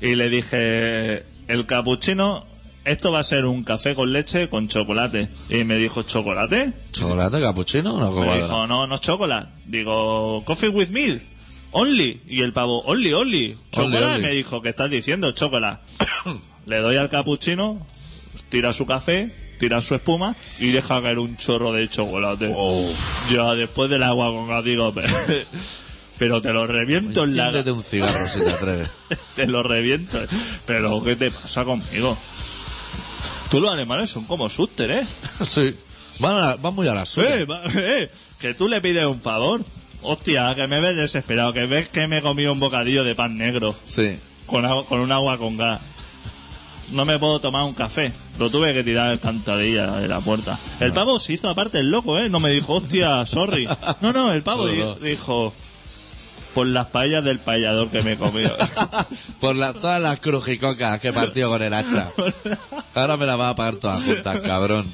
y le dije, el capuchino, esto va a ser un café con leche con chocolate. Y me dijo, ¿chocolate? ¿Chocolate, capuchino o no? Me comadre? dijo, no, no es chocolate. Digo, coffee with milk. Only. Y el pavo, only, only. Chocolate. only. Me dijo, ¿qué estás diciendo? Chocolate. Le doy al capuchino, tira su café, tira su espuma y deja caer un chorro de chocolate. Ya después del agua con gas digo, pero, pero te lo reviento en la... Enciéndete un cigarro si te atreves. Te lo reviento. Pero, ¿qué te pasa conmigo? Tú los animales son como suster, ¿eh? Sí. Van, a- van muy a la suya. Eh, va- eh, que tú le pides un favor. Hostia, que me ves desesperado, que ves que me he comido un bocadillo de pan negro Sí. con, agua- con un agua con gas. No me puedo tomar un café. Lo tuve que tirar al cantadilla de la puerta. El pavo se hizo aparte el loco, ¿eh? No me dijo, hostia, sorry. No, no, el pavo No, di- no. dijo, por las paellas del payador que me he comido. Por la- todas las crujicocas que partió con el hacha. Ahora me las va a pagar todas juntas, cabrón.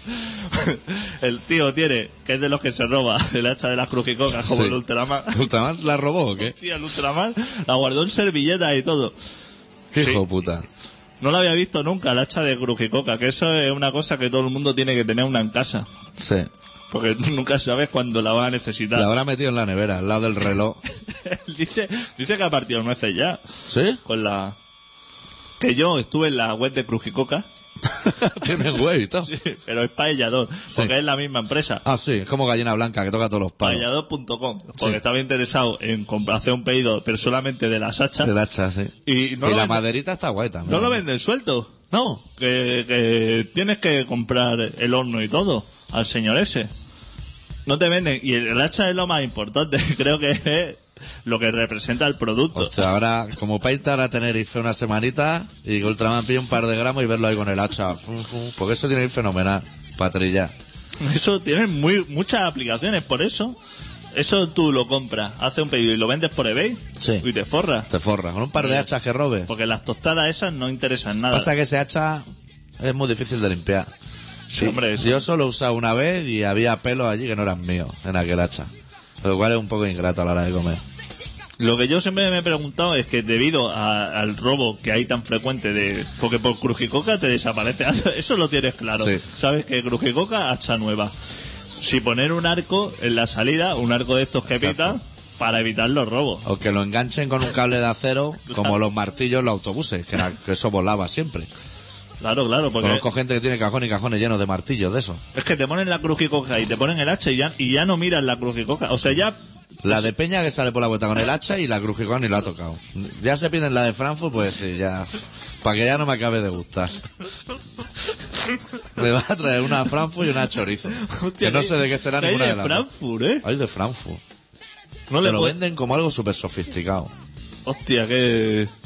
el tío tiene, que es de los que se roba el hacha de las crujicocas, como Sí. el Ultraman. ¿Ultraman la robó o qué? Tía, el Ultraman la guardó en servilletas y todo. ¿Qué Sí. hijo de puta? No la había visto nunca, la hacha de Crujicoca, que eso es una cosa que todo el mundo tiene que tener una en casa. Sí. Porque tú nunca sabes cuándo la vas a necesitar. La habrá metido en la nevera, al lado del reloj. dice, dice que ha partido nueces ya. ¿Sí? Con la. Que yo estuve en la web de Crujicoca, Tiene huevo y todo. pero es paellador, porque es la misma empresa. Ah, sí, es como gallina blanca que toca todos los palos. Paellador.com, porque Sí. estaba interesado en comp- hacer un pedido, pero solamente de las hachas. El hacha, sí. Y no lo la vende- maderita está guay también. No lo venden suelto. No. Que, que tienes que comprar el horno y todo al señor ese. No te venden. Y el, el hacha es lo más importante. Creo que es lo que representa el producto. Hostia, ahora, como para irte ahora a Tenerife una semanita y que Ultraman pille un par de gramos y verlo ahí con el hacha. Fum, fum. Porque eso tiene que ir fenomenal. Patrilla. Eso tiene muy, muchas aplicaciones. Por eso, eso tú lo compras, haces un pedido y lo vendes por eBay. Sí. Y te forras. Te forras con un par de hachas que robes. Porque las tostadas esas no interesan nada. Pasa que ese hacha es muy difícil de limpiar. Sí, hombre, eso. Yo solo he usado una vez y había pelos allí que no eran míos en aquel hacha. Lo cual es un poco ingrato a la hora de comer. Lo que yo siempre me he preguntado es que debido a- al robo que hay tan frecuente de... Porque por Crujicoca te desaparece. Eso lo tienes claro. Sí. Sabes que Crujicoca hacha nueva. Si poner un arco en la salida, un arco de estos que Exacto. pitan, para evitar los robos. O que lo enganchen con un cable de acero, como los martillos en los autobuses, que, era- que eso volaba siempre. Claro, claro, porque Conozco gente que tiene cajón y cajones llenos de martillos de eso. es que te ponen la Crujicoca y te ponen el hacha y ya, y ya no miras la Crujicoca. O sea, ya... La de Peña que sale por la vuelta con el hacha y la cruz que ni la ha tocado. Ya se piden la de Frankfurt, pues sí, ya. Para que ya no me acabe de gustar. Me va a traer una Frankfurt y una chorizo. que no sé de qué será que hay ninguna de de, las dos. Frankfurt, ¿eh? Hay de Frankfurt. No Te le lo puedo- venden como algo súper sofisticado. Hostia, que...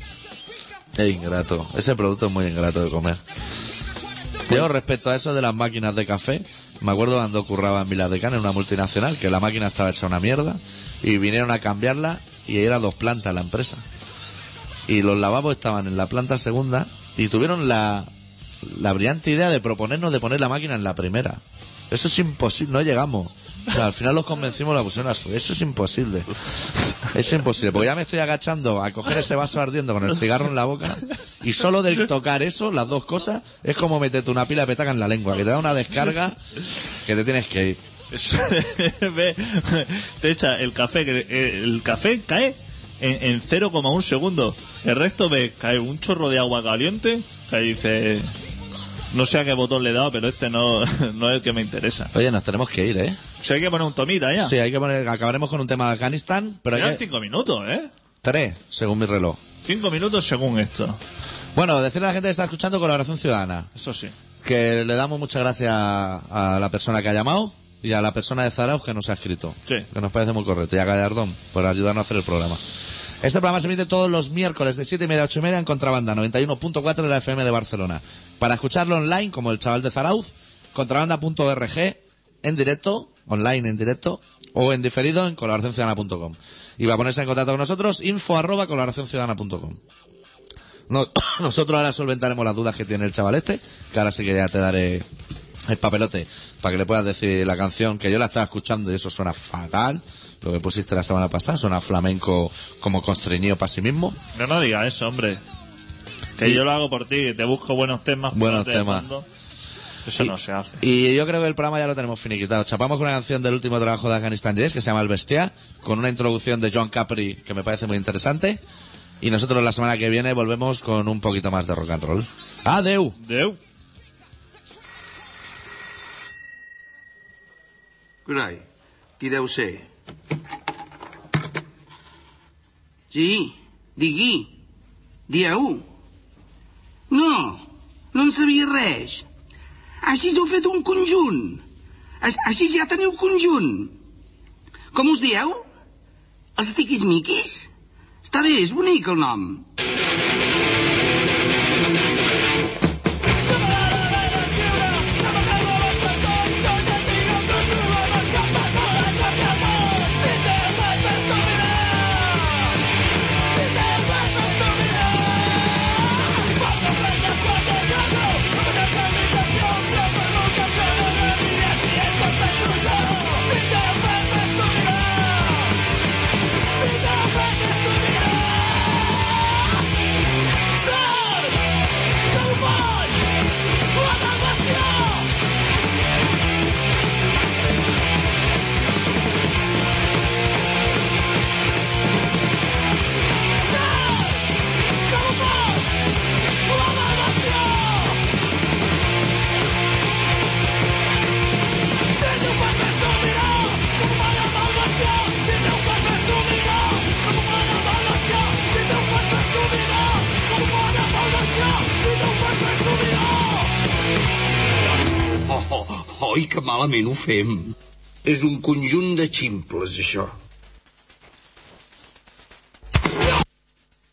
Es ingrato. Ese producto es muy ingrato de comer. Yo respecto a eso de las máquinas de café, me acuerdo cuando curraba en Viladecán en una multinacional, que la máquina estaba hecha una mierda, y vinieron a cambiarla y era dos plantas la empresa. Y los lavabos estaban en la planta segunda y tuvieron la, la brillante idea de proponernos de poner la máquina en la primera. Eso es imposible, no llegamos. O sea, al final los convencimos la pusieron a su. Eso es imposible. Es imposible, porque ya me estoy agachando a coger ese vaso ardiendo con el cigarro en la boca y solo del tocar eso, las dos cosas, es como meterte una pila de petaca en la lengua, que te da una descarga que te tienes que ir. Ve, te echa el café, que eh, el café cae en, en 0,1 segundo. El resto ve, cae un chorro de agua caliente, que dice, no sé a qué botón le he dado, pero este no, no es el que me interesa. Oye, nos tenemos que ir, ¿eh? Si hay que poner un tomita ya. Sí, hay que poner, acabaremos con un tema de Afganistán, pero hay Quedan que... cinco minutos, ¿eh? Tres, según mi reloj. Cinco minutos según esto. Bueno, decirle a la gente que está escuchando Colaboración Ciudadana, Eso sí. que le damos muchas gracias a, a la persona que ha llamado y a la persona de Zarauz que nos ha escrito. Sí. Que nos parece muy correcto. Y a Gallardón por ayudarnos a hacer el programa. Este programa se emite todos los miércoles de 7 y media a 8 y media en Contrabanda 91.4 de la FM de Barcelona. Para escucharlo online, como el chaval de Zarauz, contrabanda.org en directo, online en directo, o en diferido en colaboracionciudadana.com. Y va a ponerse en contacto con nosotros, info arroba colaboracionciudadana punto com. No- nosotros ahora solventaremos las dudas que tiene el chaval este, que ahora sí que ya te daré el papelote para que le puedas decir la canción, que yo la estaba escuchando y eso suena fatal. Lo que pusiste la semana pasada suena flamenco como constreñido para sí mismo. No, no digas eso, hombre. Que yo lo hago por ti, que te busco buenos temas. Buenos ponerte de temas. fondo. Eso no se hace. Y yo creo que el programa ya lo tenemos finiquitado. Chapamos con una canción del último trabajo de Afghanistan Jazz que se llama El Bestia, con una introducción de John Capri que me parece muy interesante. Y nosotros la semana que viene volvemos con un poquito más de rock and roll. ¡Adeu! Deu. Carai, qui deu ser? Sí, digui. Dieu. No, no en sabia res. Així heu fet un conjunt. Aix- Així ja teniu conjunt. Com us dieu? Els tiquismiquis? Està bé, és bonic el nom. Oh, oh, oh, i que malament ho fem. Oh, És un conjunt de ximples, això.